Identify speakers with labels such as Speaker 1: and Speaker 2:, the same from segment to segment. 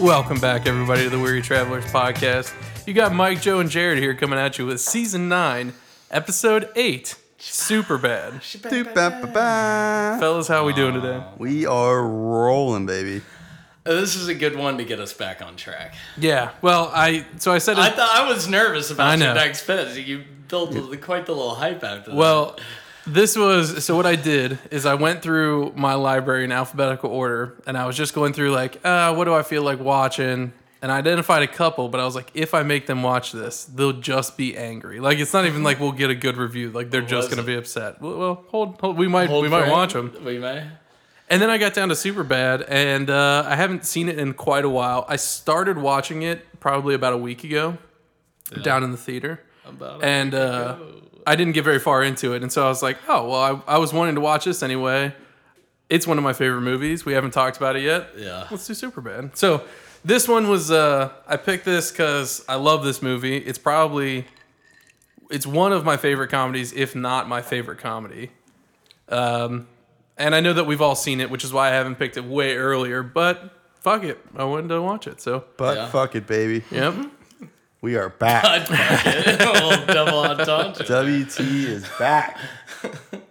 Speaker 1: Welcome back, everybody, to the Weary Travelers podcast. You got Mike, Joe, and Jared here coming at you with season nine, episode eight. Super bad,
Speaker 2: Doo-ba-ba-ba.
Speaker 1: fellas. How we doing today?
Speaker 2: We are rolling, baby.
Speaker 3: This is a good one to get us back on track.
Speaker 1: Yeah. Well, I so I said
Speaker 3: I thought I was nervous
Speaker 1: I
Speaker 3: about
Speaker 1: know.
Speaker 3: your next bit. You built a- quite the little hype after that.
Speaker 1: Well, this was so what I did is I went through my library in alphabetical order and I was just going through like, uh, what do I feel like watching? And I identified a couple, but I was like, if I make them watch this, they'll just be angry. Like it's not even like we'll get a good review. Like they're just
Speaker 3: Oh, was
Speaker 1: gonna
Speaker 3: it?
Speaker 1: be upset. Well, well hold, hold, we might,
Speaker 3: Hold
Speaker 1: we might
Speaker 3: for-
Speaker 1: watch them.
Speaker 3: We may.
Speaker 1: And then I got down to Superbad, and uh, I haven't seen it in quite a while. I started watching it probably about a week ago, down in the theater,
Speaker 3: About
Speaker 1: and uh, I didn't get very far into it. And so I was like, oh well, I, I was wanting to watch this anyway. It's one of my favorite movies. We haven't talked about it yet.
Speaker 3: Yeah.
Speaker 1: let's do Superbad. So this one was uh, I picked this because I love this movie. It's probably it's one of my favorite comedies, if not my favorite comedy. Um, and I know that we've all seen it, which is why I haven't picked it way earlier. But fuck it, I wanted to watch it. So
Speaker 2: But
Speaker 3: Yeah.
Speaker 2: fuck it, baby.
Speaker 1: yep,
Speaker 2: We are back.
Speaker 3: I'd fuck it. a little double entendre.
Speaker 2: WT is back.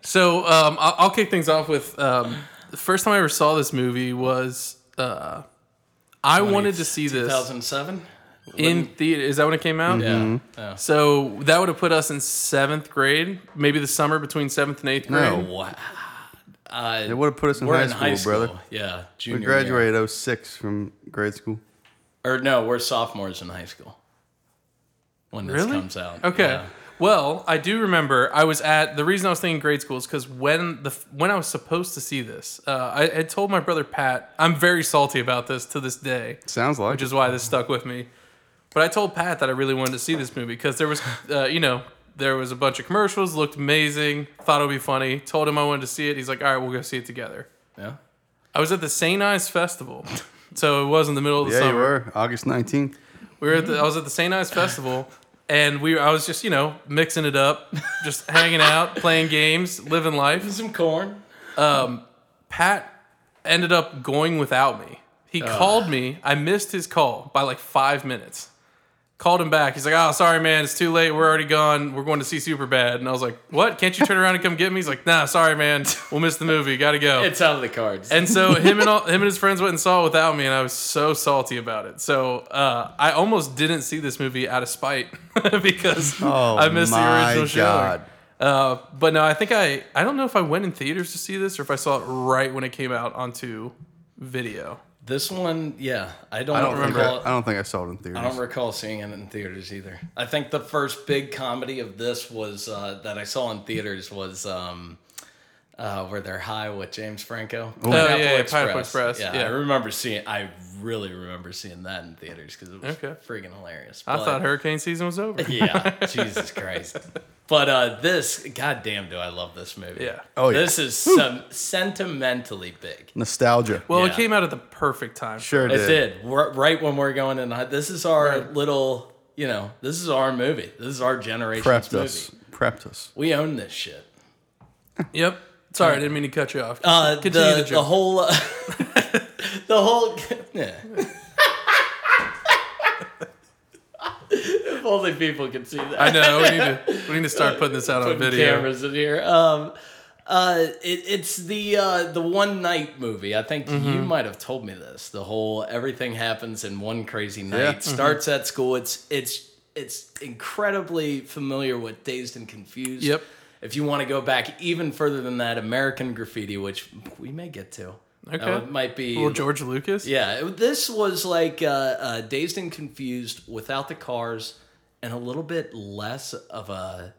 Speaker 1: So um, I'll, I'll kick things off with um, the first time I ever saw this movie was uh, I wanted to see this
Speaker 3: 2007.
Speaker 1: in theater. Is that when it came out?
Speaker 3: Yeah.
Speaker 1: Mm-hmm.
Speaker 3: Yeah.
Speaker 1: So that would have put us in seventh grade, maybe the summer between seventh and eighth grade.
Speaker 2: No.
Speaker 3: Wow. Uh,
Speaker 2: It would have put us Oh. in,
Speaker 3: we're
Speaker 2: high,
Speaker 3: in
Speaker 2: school,
Speaker 3: high school,
Speaker 2: brother.
Speaker 3: Yeah, junior.
Speaker 2: We graduated 06 from grade school.
Speaker 3: Year. Or no, we're sophomores in high school. When this
Speaker 1: Really?
Speaker 3: comes out.
Speaker 1: Okay.
Speaker 3: Yeah.
Speaker 1: Well, I do remember I was at the reason I was thinking grade school is because when the when I was supposed to see this, uh, I had told my brother Pat. I'm very salty about this to this day,
Speaker 2: Sounds like
Speaker 1: which is why this stuck with me. But I told Pat that I really wanted to see this movie because there was, uh, you know, there was a bunch of commercials, looked amazing, thought it would be funny. Told him I wanted to see it. He's like, all right, we'll go see it together.
Speaker 3: Yeah.
Speaker 1: I was at the St. Ives Festival, so it was in the middle of
Speaker 2: it.
Speaker 1: the
Speaker 2: Yeah,
Speaker 1: summer.
Speaker 2: you were. August 19th.
Speaker 1: We were at the, I was at the St. Ives Festival, and we I was just you know mixing it up, just hanging out, playing games, living life.
Speaker 3: Some corn.
Speaker 1: Pat ended up going without me. He called me. I missed his call by like five minutes. Called him back. He's like, "Oh, sorry, man. It's too late. We're already gone. We're going to see Superbad." And I was like, "What? Can't you turn around and come get me?" He's like, "Nah, sorry, man. We'll miss the movie. Gotta go."
Speaker 3: It's out of the cards.
Speaker 1: And so him and all, him and his friends went and saw it without me, and I was so salty about it. So uh, I almost didn't see this movie out of spite because
Speaker 2: Oh,
Speaker 1: I missed the
Speaker 2: my
Speaker 1: original showing.
Speaker 2: God.
Speaker 1: Uh, but no, I think I I don't know if I went in theaters to see this or if I saw it right when it came out onto video.
Speaker 3: This one, yeah, I don't,
Speaker 2: I don't, think
Speaker 3: remember.
Speaker 2: I, I don't think I saw it in theaters.
Speaker 3: I don't recall seeing it in theaters either. I think the first big comedy of this was uh, that I saw in theaters was um, uh, where they're high with James Franco. Oh
Speaker 1: yeah, yeah, Pineapple Express,
Speaker 3: Yeah,
Speaker 1: yeah.
Speaker 3: I remember seeing. I really remember seeing that in theaters because it was
Speaker 1: Okay.
Speaker 3: freaking hilarious.
Speaker 1: I
Speaker 3: But-
Speaker 1: thought hurricane season was over.
Speaker 3: yeah, Jesus Christ. But uh, this, goddamn, do I love this movie?
Speaker 1: Yeah.
Speaker 2: Oh, yeah.
Speaker 3: This is some, sentimentally big.
Speaker 2: Nostalgia.
Speaker 1: Well, it
Speaker 3: Yeah.
Speaker 1: came out at the perfect time.
Speaker 2: sure
Speaker 3: It did. We're, right when we're going in, this is our little, you know, this is our movie. This is our generation's
Speaker 2: Prepped
Speaker 3: movie.
Speaker 2: us. Prepped us.
Speaker 3: We own this shit.
Speaker 1: Yep. Sorry, I didn't mean to cut you off.
Speaker 3: Uh, the,
Speaker 1: Continue
Speaker 3: the,
Speaker 1: joke.
Speaker 3: whole, uh, the whole, yeah. if only people could see that.
Speaker 1: I know. We need to we need to start putting this out on
Speaker 3: putting
Speaker 1: video.
Speaker 3: cameras in here. Um, uh, it, it's the uh, the one night movie. I think you
Speaker 1: Mm-hmm.
Speaker 3: might have told me this. The whole everything happens in one crazy night.
Speaker 2: Yeah.
Speaker 1: Mm-hmm.
Speaker 3: Starts at school. It's it's it's incredibly familiar with Dazed and Confused.
Speaker 1: Yep.
Speaker 3: If you want to go back even further than that, American Graffiti, which we may get to.
Speaker 1: Okay.
Speaker 3: It might be
Speaker 1: Well, George Lucas.
Speaker 3: yeah, it- this was like uh, uh, Dazed and Confused without the cars and a little bit less of a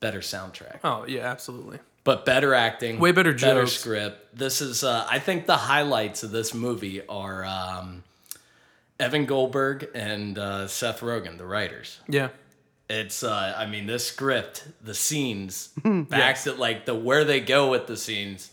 Speaker 3: better soundtrack,
Speaker 1: Oh yeah, absolutely.
Speaker 3: but better acting,
Speaker 1: Way better
Speaker 3: better
Speaker 1: jokes.
Speaker 3: script. This is, uh, I think, the highlights of this movie are um, Evan Goldberg and uh, Seth Rogen, the writers.
Speaker 1: Yeah.
Speaker 3: It's, uh, I mean, this script, the scenes, backs it like the where they go with the scenes.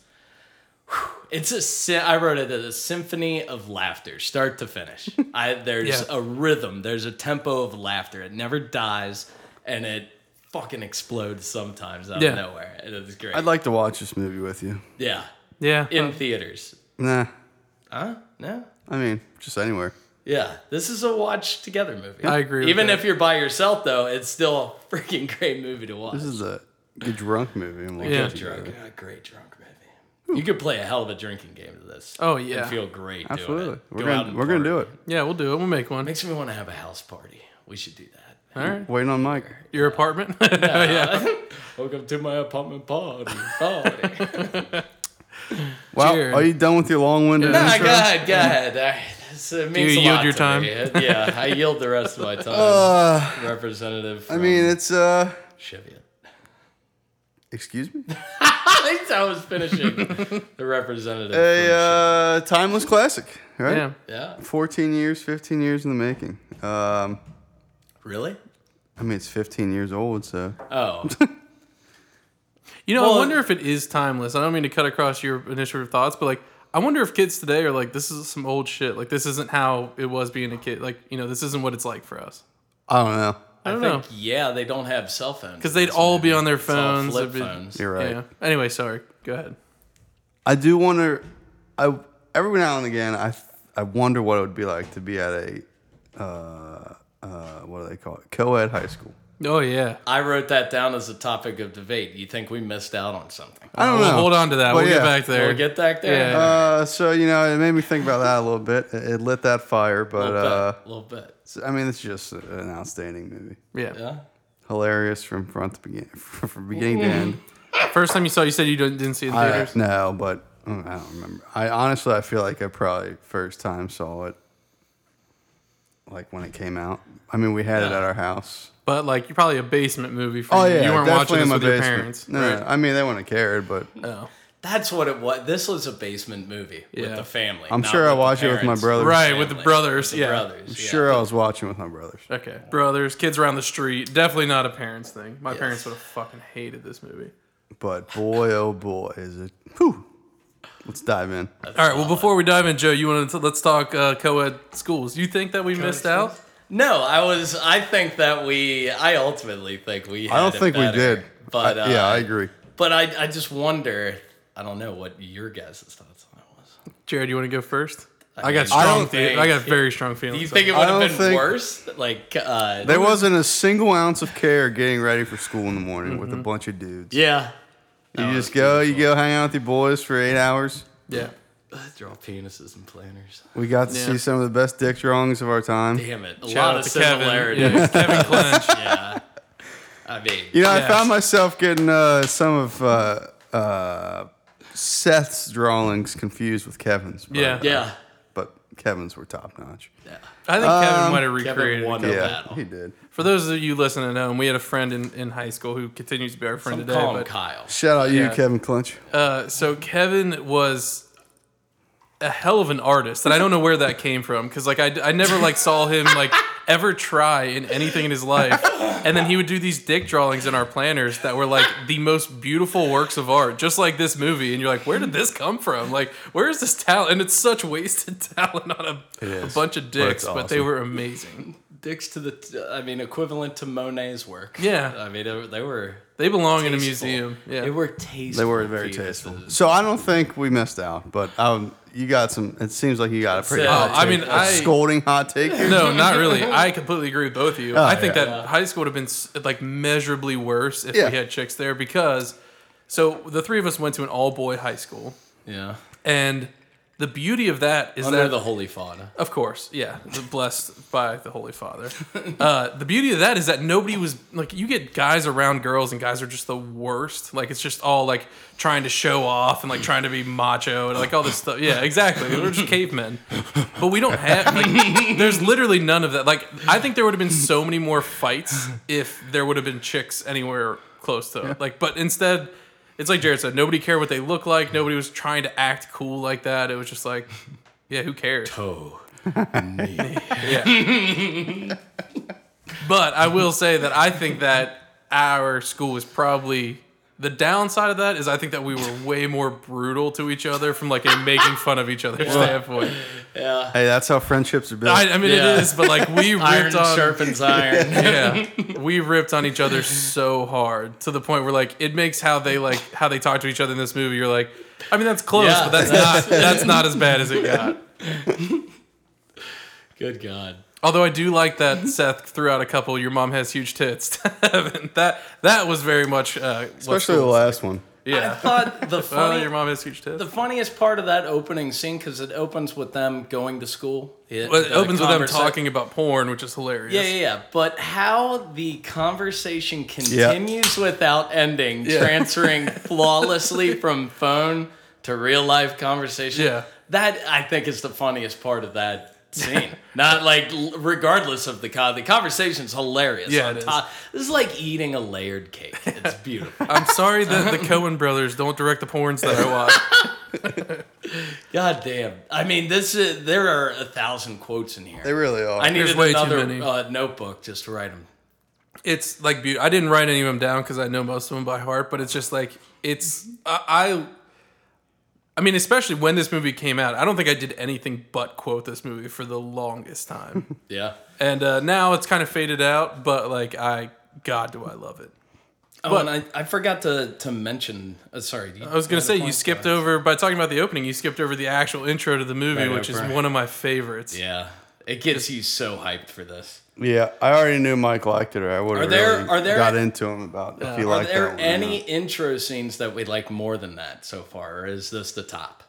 Speaker 3: Whew, It's a. sy- I wrote it as a symphony of laughter, start to finish. I there's
Speaker 1: Yeah.
Speaker 3: a rhythm, there's a tempo of laughter. It never dies, and it fucking explodes sometimes out
Speaker 1: Yeah.
Speaker 3: of nowhere. It is great.
Speaker 2: I'd like to watch this movie with you.
Speaker 3: yeah,
Speaker 1: Yeah.
Speaker 3: in theaters.
Speaker 2: Nah.
Speaker 3: Huh? No.
Speaker 2: I mean, just anywhere.
Speaker 3: Yeah, this is a watch together movie.
Speaker 1: I agree with
Speaker 3: Even
Speaker 1: that.
Speaker 3: if you're by yourself, though, it's still a freaking great movie to watch.
Speaker 2: This is a good drunk movie. and we'll
Speaker 1: Yeah.
Speaker 2: get
Speaker 3: drunk,
Speaker 2: together.
Speaker 3: a great drunk movie. You could play a hell of a drinking game to this.
Speaker 1: Oh, yeah.
Speaker 3: and feel great. doing
Speaker 2: Absolutely.
Speaker 3: it.
Speaker 2: We're
Speaker 3: Go out
Speaker 2: gonna
Speaker 3: and
Speaker 2: we're gonna do
Speaker 3: party.
Speaker 2: it.
Speaker 1: Yeah, we'll do it. We'll make one.
Speaker 3: Makes me want to have a house party. We should do that.
Speaker 1: All right.
Speaker 2: Waiting on Mike.
Speaker 1: Your apartment? yeah.
Speaker 3: Welcome to my apartment party. Party.
Speaker 2: Wow.
Speaker 1: Cheers.
Speaker 2: Are you done with your long winded
Speaker 3: Ah,
Speaker 2: intro?
Speaker 3: go ahead, go ahead. All right. This, it means
Speaker 1: you
Speaker 3: a
Speaker 1: yield
Speaker 3: lot
Speaker 1: your
Speaker 3: to
Speaker 1: time?
Speaker 3: me. Yeah, I yield the rest of my time.
Speaker 2: Uh,
Speaker 3: Representative.
Speaker 2: I mean, it's uh.
Speaker 3: Cheviot.
Speaker 2: Excuse me.
Speaker 3: I was finishing the representative.
Speaker 2: A uh, timeless classic, right?
Speaker 1: Yeah.
Speaker 3: yeah.
Speaker 2: 14 years, 15 years in the making. Um,
Speaker 3: Really?
Speaker 2: I mean, it's 15 years old, so
Speaker 3: Oh,
Speaker 1: You know,
Speaker 3: Well-
Speaker 1: I wonder if it is timeless. I don't mean to cut across your initial thoughts, but like, I wonder if kids today are like, this is some old shit. Like, this isn't how it was being a kid. Like, you know, this isn't what it's like for us.
Speaker 2: I don't know.
Speaker 1: I
Speaker 3: I
Speaker 1: don't know.
Speaker 3: think yeah, they don't have cell phones.
Speaker 1: Because they'd all be on their
Speaker 3: It's all
Speaker 1: phones.
Speaker 3: flip
Speaker 1: it'd be-
Speaker 3: phones.
Speaker 2: You're right.
Speaker 1: Yeah. Anyway, sorry. Go ahead.
Speaker 2: I do wonder. I every now and again, I I wonder what it would be like to be at a uh, uh, what do they call it? Co-ed high school.
Speaker 1: Oh, yeah.
Speaker 3: I wrote that down as a topic of debate. You think we missed out on something?
Speaker 2: I don't
Speaker 1: We'll
Speaker 2: know.
Speaker 1: hold on to that.
Speaker 2: But
Speaker 1: we'll
Speaker 2: yeah.
Speaker 1: get back there.
Speaker 3: We'll get back there.
Speaker 1: Yeah.
Speaker 2: Uh, so you know, it made me think about that a little bit. It, it lit that fire,
Speaker 3: a
Speaker 2: but
Speaker 3: little
Speaker 2: uh,
Speaker 3: bit. A little bit.
Speaker 2: it's- I mean, it's just an outstanding movie.
Speaker 1: yeah.
Speaker 3: Yeah.
Speaker 2: Hilarious from front to begin, from beginning to end.
Speaker 1: First time you saw, it, you said you didn't, didn't see it in
Speaker 2: I,
Speaker 1: theaters.
Speaker 2: no, but mm, I don't remember. I honestly, I feel like I probably first time saw it, like when it came out. I mean, we had it at our house.
Speaker 1: but like, you're probably a basement movie for
Speaker 2: Oh
Speaker 1: you.
Speaker 2: yeah,
Speaker 1: You weren't watching
Speaker 2: definitely
Speaker 1: this
Speaker 2: in my
Speaker 1: with your
Speaker 2: basement.
Speaker 1: parents.
Speaker 2: No,
Speaker 1: right?
Speaker 2: no, I mean they wouldn't have cared, but
Speaker 1: Oh.
Speaker 3: That's what it was. This was a basement movie with
Speaker 1: Yeah.
Speaker 3: the family.
Speaker 2: I'm
Speaker 3: not
Speaker 2: sure I
Speaker 3: with the
Speaker 2: watched it with my
Speaker 3: parents,
Speaker 2: brothers.
Speaker 1: Right, with the
Speaker 3: family,
Speaker 1: brothers, yeah.
Speaker 3: brothers, yeah.
Speaker 2: sure I was watching with my brothers.
Speaker 1: Okay. Brothers, kids around the street. Definitely not a parents thing. My parents would have fucking hated this movie.
Speaker 2: But boy, oh boy, is it. Whew. Let's dive in.
Speaker 1: All right. Well, before we dive in, Joe, you want to let's talk uh, co-ed schools. You think that we missed out?
Speaker 3: No, I was. I think that we. I ultimately think we. Had
Speaker 2: I don't
Speaker 3: it
Speaker 2: think we
Speaker 3: better.
Speaker 2: did.
Speaker 3: But
Speaker 2: I-
Speaker 3: uh,
Speaker 2: yeah, I agree.
Speaker 3: But I, I just wonder. I don't know what your guys' thoughts on it was.
Speaker 1: Jared, you want to go first? I, got
Speaker 3: mean, I
Speaker 1: strong.
Speaker 2: don't
Speaker 1: Think,
Speaker 3: think-
Speaker 1: I got very strong feelings.
Speaker 3: Do you
Speaker 1: on
Speaker 3: think
Speaker 1: it.
Speaker 3: it would have
Speaker 2: don't
Speaker 3: been
Speaker 2: think-
Speaker 3: worse? Like, uh,
Speaker 2: There wasn't a single ounce of care getting ready for school in the morning with a bunch of dudes.
Speaker 3: yeah,
Speaker 2: you just go, you go hang out with your boys for eight hours.
Speaker 1: Yeah.
Speaker 3: draw penises and planners.
Speaker 2: We got to
Speaker 1: Yeah.
Speaker 2: see some of the best dick drawings of our time.
Speaker 3: Damn it, a
Speaker 1: Shout
Speaker 3: lot
Speaker 1: out
Speaker 3: of
Speaker 1: to Kevin.
Speaker 3: similarities.
Speaker 1: Yeah, Kevin Clench.
Speaker 3: Yeah. I mean,
Speaker 2: You know,
Speaker 1: Yes.
Speaker 2: I found myself getting uh, some of uh, uh, Seth's drawings confused with Kevin's. But,
Speaker 1: Yeah.
Speaker 3: yeah,
Speaker 2: But Kevin's were top notch.
Speaker 3: yeah.
Speaker 1: I think Kevin
Speaker 2: Um,
Speaker 1: might have
Speaker 3: Kevin
Speaker 1: recreated.
Speaker 3: won.
Speaker 1: it.
Speaker 3: No
Speaker 2: yeah,
Speaker 3: battle.
Speaker 2: he did.
Speaker 1: For those of you listening at home, we had a friend in, in high school who continues to be our friend
Speaker 3: I'm
Speaker 1: today.
Speaker 3: calling
Speaker 1: but
Speaker 3: Kyle.
Speaker 2: Shout out you,
Speaker 1: Yeah.
Speaker 2: Kevin Clinch.
Speaker 1: Uh, so Kevin was a hell of an artist, and I don't know where that came from because like I, I never like saw him like ever try in anything in his life, and then he would do these dick drawings in our planners that were like the most beautiful works of art, just like this movie. And you're like, where did this come from? Like, where is this talent? And it's such wasted talent on a, a
Speaker 2: is,
Speaker 1: bunch of
Speaker 2: but
Speaker 1: dicks,
Speaker 2: it's
Speaker 1: but, they
Speaker 2: awesome.
Speaker 1: were amazing.
Speaker 3: Dicks to the. T- I mean, equivalent to Monet's work.
Speaker 1: Yeah.
Speaker 3: I mean, they were. They were
Speaker 1: They belong in a
Speaker 3: tasteful.
Speaker 1: museum. Yeah,
Speaker 3: They were tasteful.
Speaker 2: They were very
Speaker 3: penises.
Speaker 2: tasteful. So I don't think we missed out, but um, you got some. It seems like you got a pretty
Speaker 3: it.
Speaker 2: hot
Speaker 3: Oh,
Speaker 1: Uh, I
Speaker 2: take.
Speaker 1: mean,
Speaker 2: a
Speaker 1: I-
Speaker 2: scolding hot take. here.
Speaker 1: No, not really. I completely agree with both of you. I think
Speaker 2: yeah.
Speaker 1: that high school would have been s- like measurably worse if
Speaker 2: Yeah.
Speaker 1: we had chicks there because so the three of us went to an all boy high school
Speaker 3: Yeah.
Speaker 1: and the beauty of that is
Speaker 3: Under
Speaker 1: that
Speaker 3: the holy fauna.
Speaker 1: of course, yeah, the- blessed by the Holy Father. Uh, the beauty of that is that nobody was like you get guys around girls and guys are just the worst. Like it's just all like trying to show off and like trying to be macho and like all this stuff. Yeah, exactly. We're just cavemen, but we don't have. Like, there's literally none of that. Like I think there would have been so many more fights if there would have been chicks anywhere close to it. Like, but instead. It's like Jared said, nobody cared what they looked like. Nobody was trying to act cool like that. It was just like, yeah, who cares?
Speaker 3: Oh.
Speaker 1: Yeah. but I will say that I think that our school was probably the downside of that is I think that we were way more brutal to each other from like a making fun of each other standpoint.
Speaker 3: Yeah.
Speaker 2: hey, that's how friendships are built.
Speaker 1: I, I mean
Speaker 3: Yeah.
Speaker 1: it is, but like we ripped
Speaker 3: Iron
Speaker 1: on
Speaker 3: sharpens iron.
Speaker 1: yeah, we ripped on each other so hard to the point where like it makes how they like how they talk to each other in this movie. You're like, I mean that's close,
Speaker 3: Yeah,
Speaker 1: but that's,
Speaker 3: that's-
Speaker 1: not that's not as bad as it got.
Speaker 3: Good God.
Speaker 1: Although I do like
Speaker 3: Mm-hmm.
Speaker 1: that Seth threw out a couple. Your mom has huge tits. to Evan. that that was very much uh, what's
Speaker 2: Especially the
Speaker 1: cool.
Speaker 2: last one.
Speaker 3: I
Speaker 1: Yeah.
Speaker 3: thought the
Speaker 1: Oh,
Speaker 3: funny,
Speaker 1: your mom has huge tits.
Speaker 3: the funniest part of that opening scene because it opens with them going to school. It,
Speaker 1: Well, it
Speaker 3: the
Speaker 1: opens with them
Speaker 3: conversa-
Speaker 1: talking about porn, which is hilarious.
Speaker 3: Yeah, yeah, yeah. But how the conversation continues without ending,
Speaker 1: Yeah.
Speaker 3: transferring flawlessly from phone to real life conversation.
Speaker 1: Yeah.
Speaker 3: That I think is the funniest part of that scene. Not like l- regardless of the con- the conversation's hilarious.
Speaker 1: Yeah,
Speaker 3: on
Speaker 1: it is.
Speaker 3: top- This is like eating a layered cake. It's beautiful.
Speaker 1: I'm sorry that the Cohen brothers don't direct the porns that I watch.
Speaker 3: God damn. I mean, this is there are a thousand quotes in here.
Speaker 2: They really are.
Speaker 3: I needed
Speaker 1: way too
Speaker 3: another
Speaker 1: many.
Speaker 3: uh, notebook just to write them.
Speaker 1: it's like beautiful. I didn't write any of them down because I know most of them by heart, but it's just like it's
Speaker 3: Mm-hmm.
Speaker 1: I, I. I mean, especially when this movie came out, I don't think I did anything but quote this movie for the longest time,
Speaker 3: Yeah.
Speaker 1: and uh, now it's kind of faded out. But like, I God, do I love it!
Speaker 3: Oh, and I, I forgot to, to mention. Uh, sorry.
Speaker 1: I was gonna say you skipped over by talking about the opening. You skipped over the actual intro to the movie,
Speaker 3: Right,
Speaker 1: which is
Speaker 3: right.
Speaker 1: one of my favorites.
Speaker 3: Yeah, it gets you so hyped for this.
Speaker 2: yeah, I already knew Mike liked it, or I would
Speaker 3: Are
Speaker 2: have
Speaker 3: there-
Speaker 2: really
Speaker 3: are there-
Speaker 2: got into him about if he
Speaker 3: Are
Speaker 2: liked
Speaker 3: there
Speaker 2: that one or
Speaker 3: any
Speaker 2: not.
Speaker 3: intro scenes that we like more than that so far, or is this the top?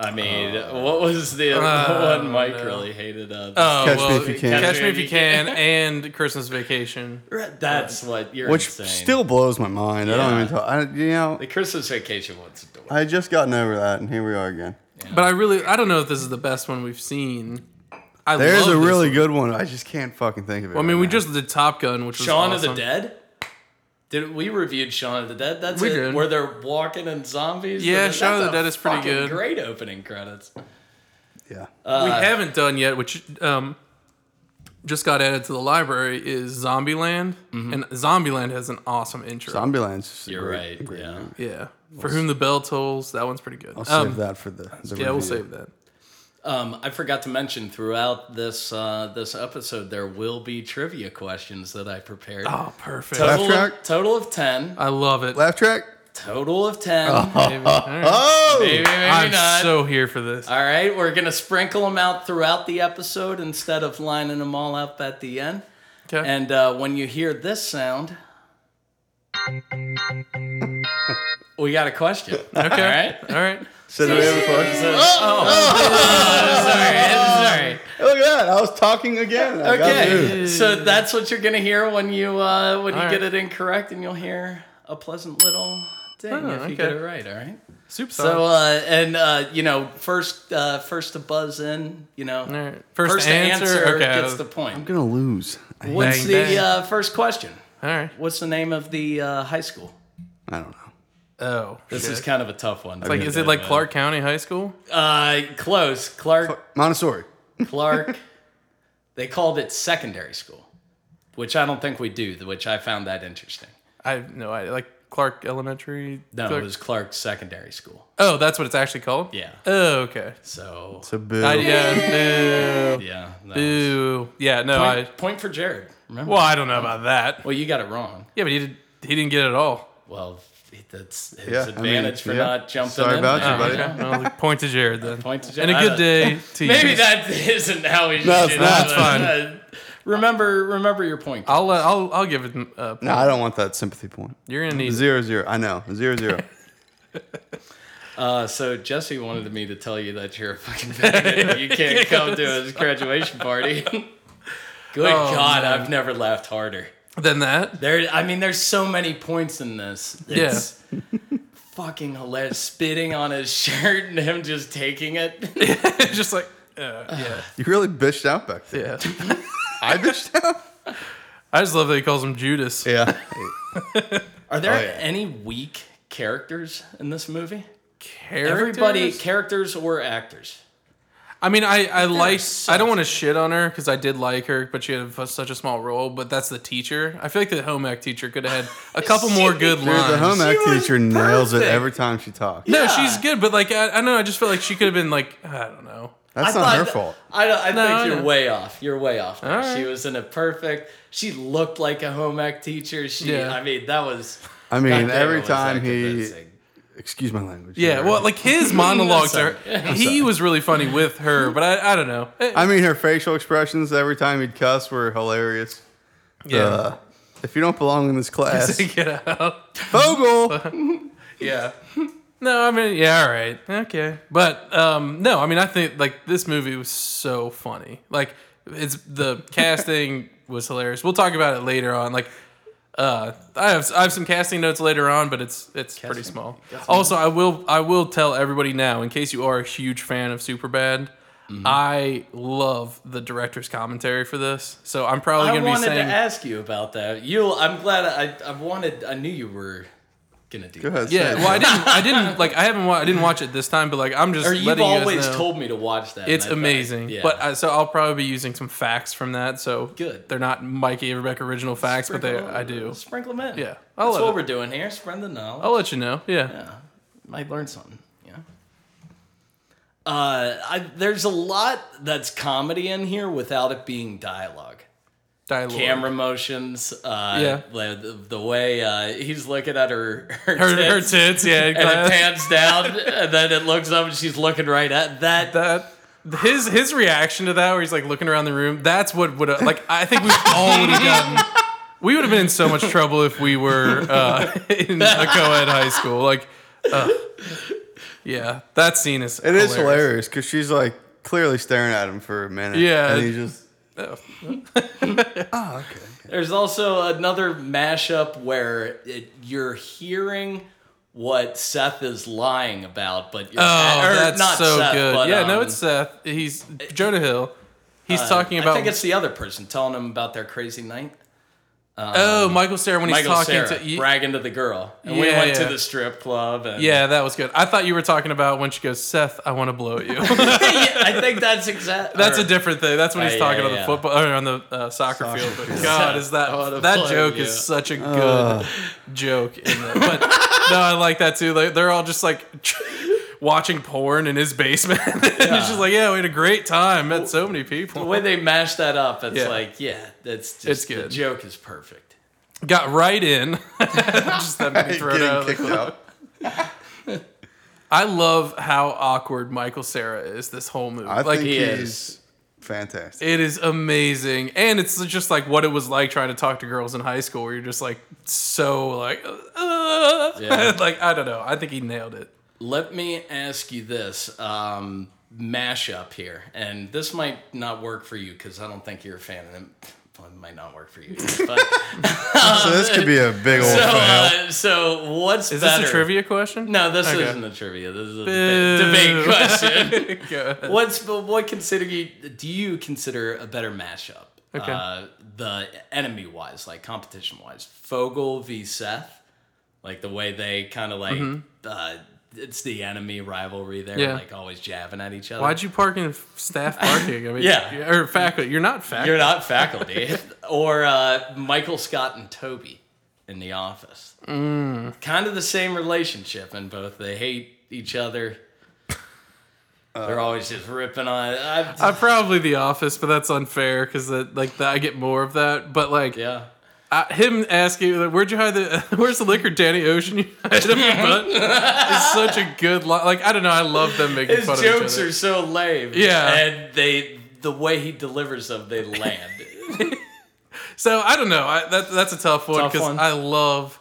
Speaker 3: I mean, what was the
Speaker 1: Uh,
Speaker 3: one Mike
Speaker 1: no.
Speaker 3: really hated? Uh,
Speaker 1: Oh,
Speaker 2: Catch Me
Speaker 1: well,
Speaker 2: If You Can.
Speaker 1: Catch Me If You Can, and Christmas Vacation.
Speaker 3: that's what you're.
Speaker 2: which
Speaker 3: insane.
Speaker 2: still blows my mind. I
Speaker 3: Yeah.
Speaker 2: don't even tell. I, you know,
Speaker 3: the Christmas Vacation one's adorable.
Speaker 2: I had just gotten over that, and here we are again.
Speaker 1: But I really, I don't know if this is the best one we've seen. I
Speaker 2: There's
Speaker 1: love
Speaker 2: a
Speaker 1: this
Speaker 2: really good one. I just can't fucking think of it.
Speaker 1: I mean, we just did Top Gun, which was
Speaker 3: Shaun
Speaker 1: awesome.
Speaker 3: of the Dead. Did we reviewed Shaun of the Dead? That's
Speaker 1: We
Speaker 3: it,
Speaker 1: did.
Speaker 3: where they're walking in zombies.
Speaker 1: Yeah,
Speaker 3: That's
Speaker 1: Shaun of the
Speaker 3: a
Speaker 1: Dead is pretty
Speaker 3: fucking
Speaker 1: good.
Speaker 3: Great opening credits.
Speaker 2: yeah.
Speaker 3: Uh,
Speaker 1: we haven't done yet, which um, just got added to the library, is Zombieland,
Speaker 3: Mm-hmm.
Speaker 1: and Zombieland has an awesome intro.
Speaker 2: Ambulance.
Speaker 3: You're right. yeah.
Speaker 1: yeah, for whom the bell tolls, that one's pretty good.
Speaker 2: I'll
Speaker 1: Um,
Speaker 2: save that for the. the
Speaker 1: Yeah, we'll
Speaker 2: review.
Speaker 1: save that.
Speaker 3: Um, I forgot to mention throughout this uh, this episode there will be trivia questions that I prepared.
Speaker 1: Oh, perfect.
Speaker 3: total,
Speaker 2: Laugh
Speaker 3: of,
Speaker 2: track?
Speaker 3: total of ten.
Speaker 1: I love it.
Speaker 2: Laugh track.
Speaker 3: Total of ten.
Speaker 1: Maybe. All right.
Speaker 2: Oh,
Speaker 3: Maybe, maybe
Speaker 1: I'm
Speaker 3: not.
Speaker 1: so here for this.
Speaker 3: all right, we're gonna sprinkle them out throughout the episode instead of lining them all up at the end.
Speaker 1: Okay.
Speaker 3: And uh, when you hear this sound, we got a question. Okay. All right.
Speaker 1: All right.
Speaker 2: so do we have a question?
Speaker 3: Sorry.
Speaker 2: Look at that! I was talking again. I got moved.
Speaker 3: Okay. So that's what you're gonna hear when you uh, when you
Speaker 1: All
Speaker 3: get
Speaker 1: right.
Speaker 3: it incorrect, and you'll hear a pleasant little ding if
Speaker 1: Oh, okay.
Speaker 3: you get it right. All right.
Speaker 1: Soup sauce.
Speaker 3: So uh, and uh, you know first uh, first to buzz in, you know
Speaker 1: All right.
Speaker 3: first,
Speaker 1: First,
Speaker 3: to answer,
Speaker 1: Okay.
Speaker 3: gets the
Speaker 2: I'm
Speaker 3: point.
Speaker 2: gonna lose. I, hate-
Speaker 3: What's
Speaker 1: Bang,
Speaker 3: the
Speaker 1: bang.
Speaker 3: uh, first question?
Speaker 1: All right.
Speaker 3: What's the name of the uh, high school?
Speaker 2: I don't know.
Speaker 1: Oh.
Speaker 3: This
Speaker 1: shit.
Speaker 3: is kind of a tough one.
Speaker 1: like, is it like Clark County High School?
Speaker 3: Uh, close. Clark.
Speaker 2: Montessori.
Speaker 3: Clark. they called it secondary school, which I don't think we do. Which I found that interesting.
Speaker 1: I have no idea. Like Clark Elementary.
Speaker 3: No,
Speaker 1: Clark-
Speaker 3: it was Clark Secondary School.
Speaker 1: Oh, that's what it's actually called.
Speaker 3: Yeah.
Speaker 1: Oh, okay.
Speaker 3: So
Speaker 2: So boo.
Speaker 1: I, yeah.
Speaker 3: yeah, that was-
Speaker 1: Boo. Boo. Yeah. No. I.
Speaker 3: Point, point for Jared. Remember?
Speaker 1: Well, I don't know about that.
Speaker 3: Well, you got it wrong.
Speaker 1: Yeah, but he did. He didn't get it at all.
Speaker 3: Well, that's his
Speaker 2: Yeah, I mean,
Speaker 3: advantage for
Speaker 2: yeah.
Speaker 3: not jumping.
Speaker 2: Sorry
Speaker 3: in Ah.
Speaker 2: about
Speaker 3: there,
Speaker 2: you, buddy.
Speaker 3: know?
Speaker 1: Okay. Well, point to Jared then.
Speaker 3: Point to
Speaker 1: And a
Speaker 3: Jared.
Speaker 1: good day to you.
Speaker 3: Maybe that isn't how we should.
Speaker 2: No, it's
Speaker 3: do
Speaker 2: not.
Speaker 3: that.
Speaker 1: That's fine.
Speaker 3: Uh, Remember, remember your point.
Speaker 1: I'll uh, I'll I'll give it. Uh,
Speaker 2: No, I don't want that sympathy point.
Speaker 1: You're gonna need.
Speaker 2: Zero zero. I know. Zero zero.
Speaker 3: Uh, so Jesse wanted me to tell you that you're a fucking faggot. and you can't come to his graduation party. Good
Speaker 2: Oh,
Speaker 3: God, I've never laughed harder.
Speaker 1: Than that.
Speaker 3: There, I mean, there's so many points in this. It's fucking hilarious. Spitting on his shirt and him just taking it.
Speaker 1: Just like. Uh, yeah.
Speaker 2: You really bitched out back there.
Speaker 1: Yeah.
Speaker 2: I bitched out.
Speaker 1: I just love that he calls him Judas.
Speaker 2: Yeah.
Speaker 3: Are there
Speaker 2: Oh, yeah.
Speaker 3: any weak characters in this movie? Everybody,
Speaker 1: Everybody.
Speaker 3: characters or actors?
Speaker 1: I mean, I I like.
Speaker 3: such-
Speaker 1: I don't want to shit on her because I did like her, but she had f- such a small role. But that's the teacher. I feel like the home ec teacher could have had a couple more good
Speaker 2: Dude,
Speaker 1: lines.
Speaker 2: the home ec
Speaker 3: She was
Speaker 2: teacher nails it
Speaker 3: perfect.
Speaker 2: every time she talks.
Speaker 1: No,
Speaker 3: Yeah.
Speaker 1: she's good, but like I, I don't know. I just feel like she could have been like I don't know.
Speaker 2: That's
Speaker 3: I
Speaker 2: not
Speaker 3: thought
Speaker 2: her
Speaker 3: that-
Speaker 2: fault.
Speaker 3: I, don't- I
Speaker 1: I
Speaker 3: think you're
Speaker 1: know.
Speaker 3: way off. You're way off. there.
Speaker 1: All
Speaker 3: She
Speaker 1: right.
Speaker 3: was in a perfect. She looked like a home ec teacher. She,
Speaker 1: Yeah.
Speaker 3: I mean, that was.
Speaker 2: I mean,
Speaker 3: goddamn,
Speaker 2: every
Speaker 3: was
Speaker 2: time
Speaker 3: that
Speaker 2: he
Speaker 3: convincing.
Speaker 2: excuse my language.
Speaker 1: Yeah,
Speaker 2: there.
Speaker 1: well, like his monologues
Speaker 3: sorry.
Speaker 1: are. He was really funny with her, but I, I don't know. Eh,
Speaker 2: I mean, her facial expressions every time he'd cuss were hilarious.
Speaker 1: yeah,
Speaker 2: Uh, if you don't belong in this class,
Speaker 1: get out.
Speaker 2: Fogel.
Speaker 1: Yeah. No, I mean, yeah, all right, okay, but um, no, I mean, I think like this movie was so funny. Like, it's the casting was hilarious. We'll talk about it later on. Like, uh, I have I have some casting notes later on, but it's it's pretty small. Also, I will I will tell everybody now, in case you are a huge fan of Superbad,
Speaker 3: Mm-hmm.
Speaker 1: I love the director's commentary for this. So I'm
Speaker 2: Oh,
Speaker 1: probably
Speaker 3: I
Speaker 1: gonna be
Speaker 3: wanted
Speaker 1: saying
Speaker 3: to ask you about that. You, I'm glad I, I wanted, I knew you were gonna do.
Speaker 2: Go ahead, say
Speaker 1: Yeah,
Speaker 2: it.
Speaker 1: well, I didn't. I didn't like. I haven't. Wa- I didn't watch it this time, but like, I'm just
Speaker 3: That. Or you've
Speaker 1: letting you
Speaker 3: always
Speaker 1: guys know.
Speaker 3: told me to watch that. and
Speaker 1: it's
Speaker 3: I thought-
Speaker 1: amazing.
Speaker 3: yeah.
Speaker 1: But I, so I'll probably be using some facts from that. So
Speaker 3: Good.
Speaker 1: They're not Mikey and Rebecca original facts, but they
Speaker 3: Sprinkle-
Speaker 1: I do.
Speaker 3: Sprinkle them in.
Speaker 1: Yeah, I love
Speaker 3: that's what
Speaker 1: it. Oh.
Speaker 3: we're doing here. Spread the knowledge.
Speaker 1: I'll let you know. Yeah.
Speaker 3: Yeah, might learn something. Yeah. Uh, I, there's a lot that's comedy in here without it being dialogue.
Speaker 1: Dialogue.
Speaker 3: Camera motions. Uh,
Speaker 1: Yeah.
Speaker 3: The, the- the way uh, he's looking at her her,
Speaker 1: Her, her
Speaker 3: tits,
Speaker 1: tits. Yeah. in
Speaker 3: and
Speaker 1: class.
Speaker 3: it pans down, and then it looks up, and she's looking right at that.
Speaker 1: that his his reaction to that where he's like looking around the room that's what would like i think we've all would have gotten we would have been in so much trouble if we were uh, in a co-ed high school like uh, yeah that scene is
Speaker 2: It is hilarious because she's like clearly staring at him for a minute.
Speaker 1: Yeah.
Speaker 2: and he just
Speaker 3: There's also another mashup where it, you're hearing what Seth is lying about, but you're
Speaker 1: oh
Speaker 3: or
Speaker 1: that's
Speaker 3: not
Speaker 1: so
Speaker 3: Seth,
Speaker 1: good
Speaker 3: But,
Speaker 1: yeah no
Speaker 3: um,
Speaker 1: it's seth he's jonah hill he's
Speaker 3: Uh,
Speaker 1: talking about
Speaker 3: I think it's the other person telling him about their crazy night.
Speaker 1: oh michael sarah when
Speaker 3: um, Michael
Speaker 1: he's talking
Speaker 3: Cera,
Speaker 1: to y-
Speaker 3: bragging to the girl, and we
Speaker 1: Yeah,
Speaker 3: went to
Speaker 1: yeah.
Speaker 3: the strip club. And
Speaker 1: yeah that was good i thought you were talking about when she goes seth i want to blow at you
Speaker 3: Yeah, I think that's exactly.
Speaker 1: That's a different thing. That's when
Speaker 3: Uh,
Speaker 1: he's
Speaker 3: yeah,
Speaker 1: talking on the
Speaker 3: yeah.
Speaker 1: football or on the uh, soccer, field. But God, is that
Speaker 3: Oh, the
Speaker 1: that
Speaker 3: play,
Speaker 1: joke
Speaker 3: yeah.
Speaker 1: is such a good joke. In the, but no, I like that too. Like, they're all just like watching porn in his basement. and It's just like, yeah, we had a great time. Met so many
Speaker 3: The
Speaker 1: people.
Speaker 3: way they mash that up, it's
Speaker 1: Yeah.
Speaker 3: like, yeah, that's just
Speaker 1: It's
Speaker 3: The
Speaker 1: good.
Speaker 3: joke is perfect.
Speaker 1: Got right in. just them getting thrown
Speaker 2: getting
Speaker 1: out.
Speaker 2: kicked out.
Speaker 1: I love how awkward Michael Sarah is this whole movie.
Speaker 2: I
Speaker 1: like
Speaker 2: think
Speaker 3: he
Speaker 2: he's
Speaker 3: is.
Speaker 2: fantastic.
Speaker 1: It is amazing, and it's just like what it was like trying to talk to girls in high school, where you're just like so like, uh,
Speaker 3: Yeah.
Speaker 1: like I don't know. I think he nailed it.
Speaker 3: Let me ask you this um, mashup here, and this might not work for you because I don't think you're a fan of them. Well, it might not work for you. But,
Speaker 2: so this could be a big old
Speaker 3: so,
Speaker 2: fail.
Speaker 3: uh, so what's
Speaker 1: Is
Speaker 3: better?
Speaker 1: this a trivia question?
Speaker 3: No, this
Speaker 1: Okay.
Speaker 3: isn't a trivia. This is a deba- debate question.
Speaker 1: Go ahead.
Speaker 3: What's but what consider you? Do you consider a better mashup?
Speaker 1: Okay.
Speaker 3: Uh, the enemy wise, like competition wise, Fogel v Seth, like the way they kind of like uh, it's the enemy rivalry. They're
Speaker 1: Mm-hmm. Yeah.
Speaker 3: like always jabbing at each other.
Speaker 1: Why'd you park in staff parking? I mean,
Speaker 3: Yeah.
Speaker 1: or faculty. You're not faculty.
Speaker 3: You're not faculty. or uh, Michael Scott and Toby in The Office.
Speaker 1: Mm.
Speaker 3: Kind of the same relationship in both. They hate each other. They're always just ripping on. I've,
Speaker 1: I'm probably the office, but that's unfair because that like that, I get more of that. But like
Speaker 3: yeah.
Speaker 1: I, him asking, like, "Where'd you hide the? Where's the liquor, Danny Ocean?" You hide up your butt. It's such a good line. Like I don't know. I love them making
Speaker 3: His
Speaker 1: fun of each
Speaker 3: jokes
Speaker 1: other.
Speaker 3: are so lame.
Speaker 1: Yeah.
Speaker 3: And they the way he delivers them, they land.
Speaker 1: So I don't know. I, that that's a tough one
Speaker 3: Tough
Speaker 1: because
Speaker 3: one.
Speaker 1: I love.